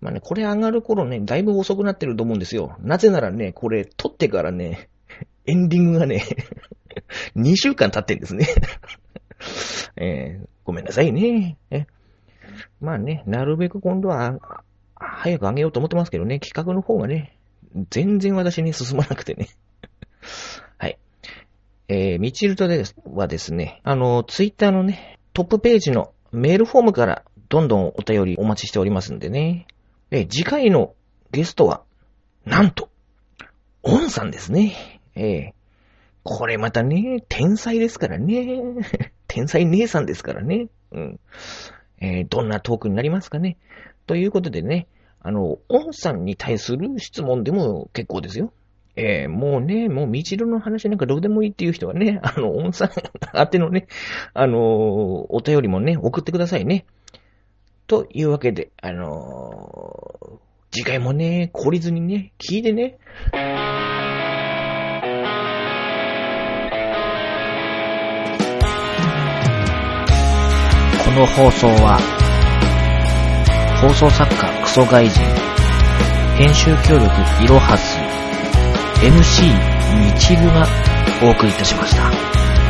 S1: まあね、これ上がる頃ね、だいぶ遅くなってると思うんですよ。なぜならね、これ撮ってからね、エンディングがね、2週間経ってんですね。えーごめんなさいね。えまあね、なるべく今度は、あ早く上げようと思ってますけどね、企画の方がね、全然私に進まなくてね。 はい。えー、ミチルトですはですね、あの、ツイッターのね、トップページのメールフォームからどんどんお便りお待ちしておりますんでね。えー次回のゲストは、なんと、オンさんですね。えーこれまたね、天才ですからね。天才姉さんですからね。うん。えーどんなトークになりますかね。ということでね、あの、オンさんに対する質問でも結構ですよ。えーもうね、もう、みちるの話なんかどうでもいいっていう人はね、 あの、オンさん宛てのね、あのーお便りもね、送ってくださいね。というわけで、あのー次回もね、懲りずにね、聞いてね。この放送は、放送作家クソ外人、編集協力いろはす、MC みちるがお送りいたしました。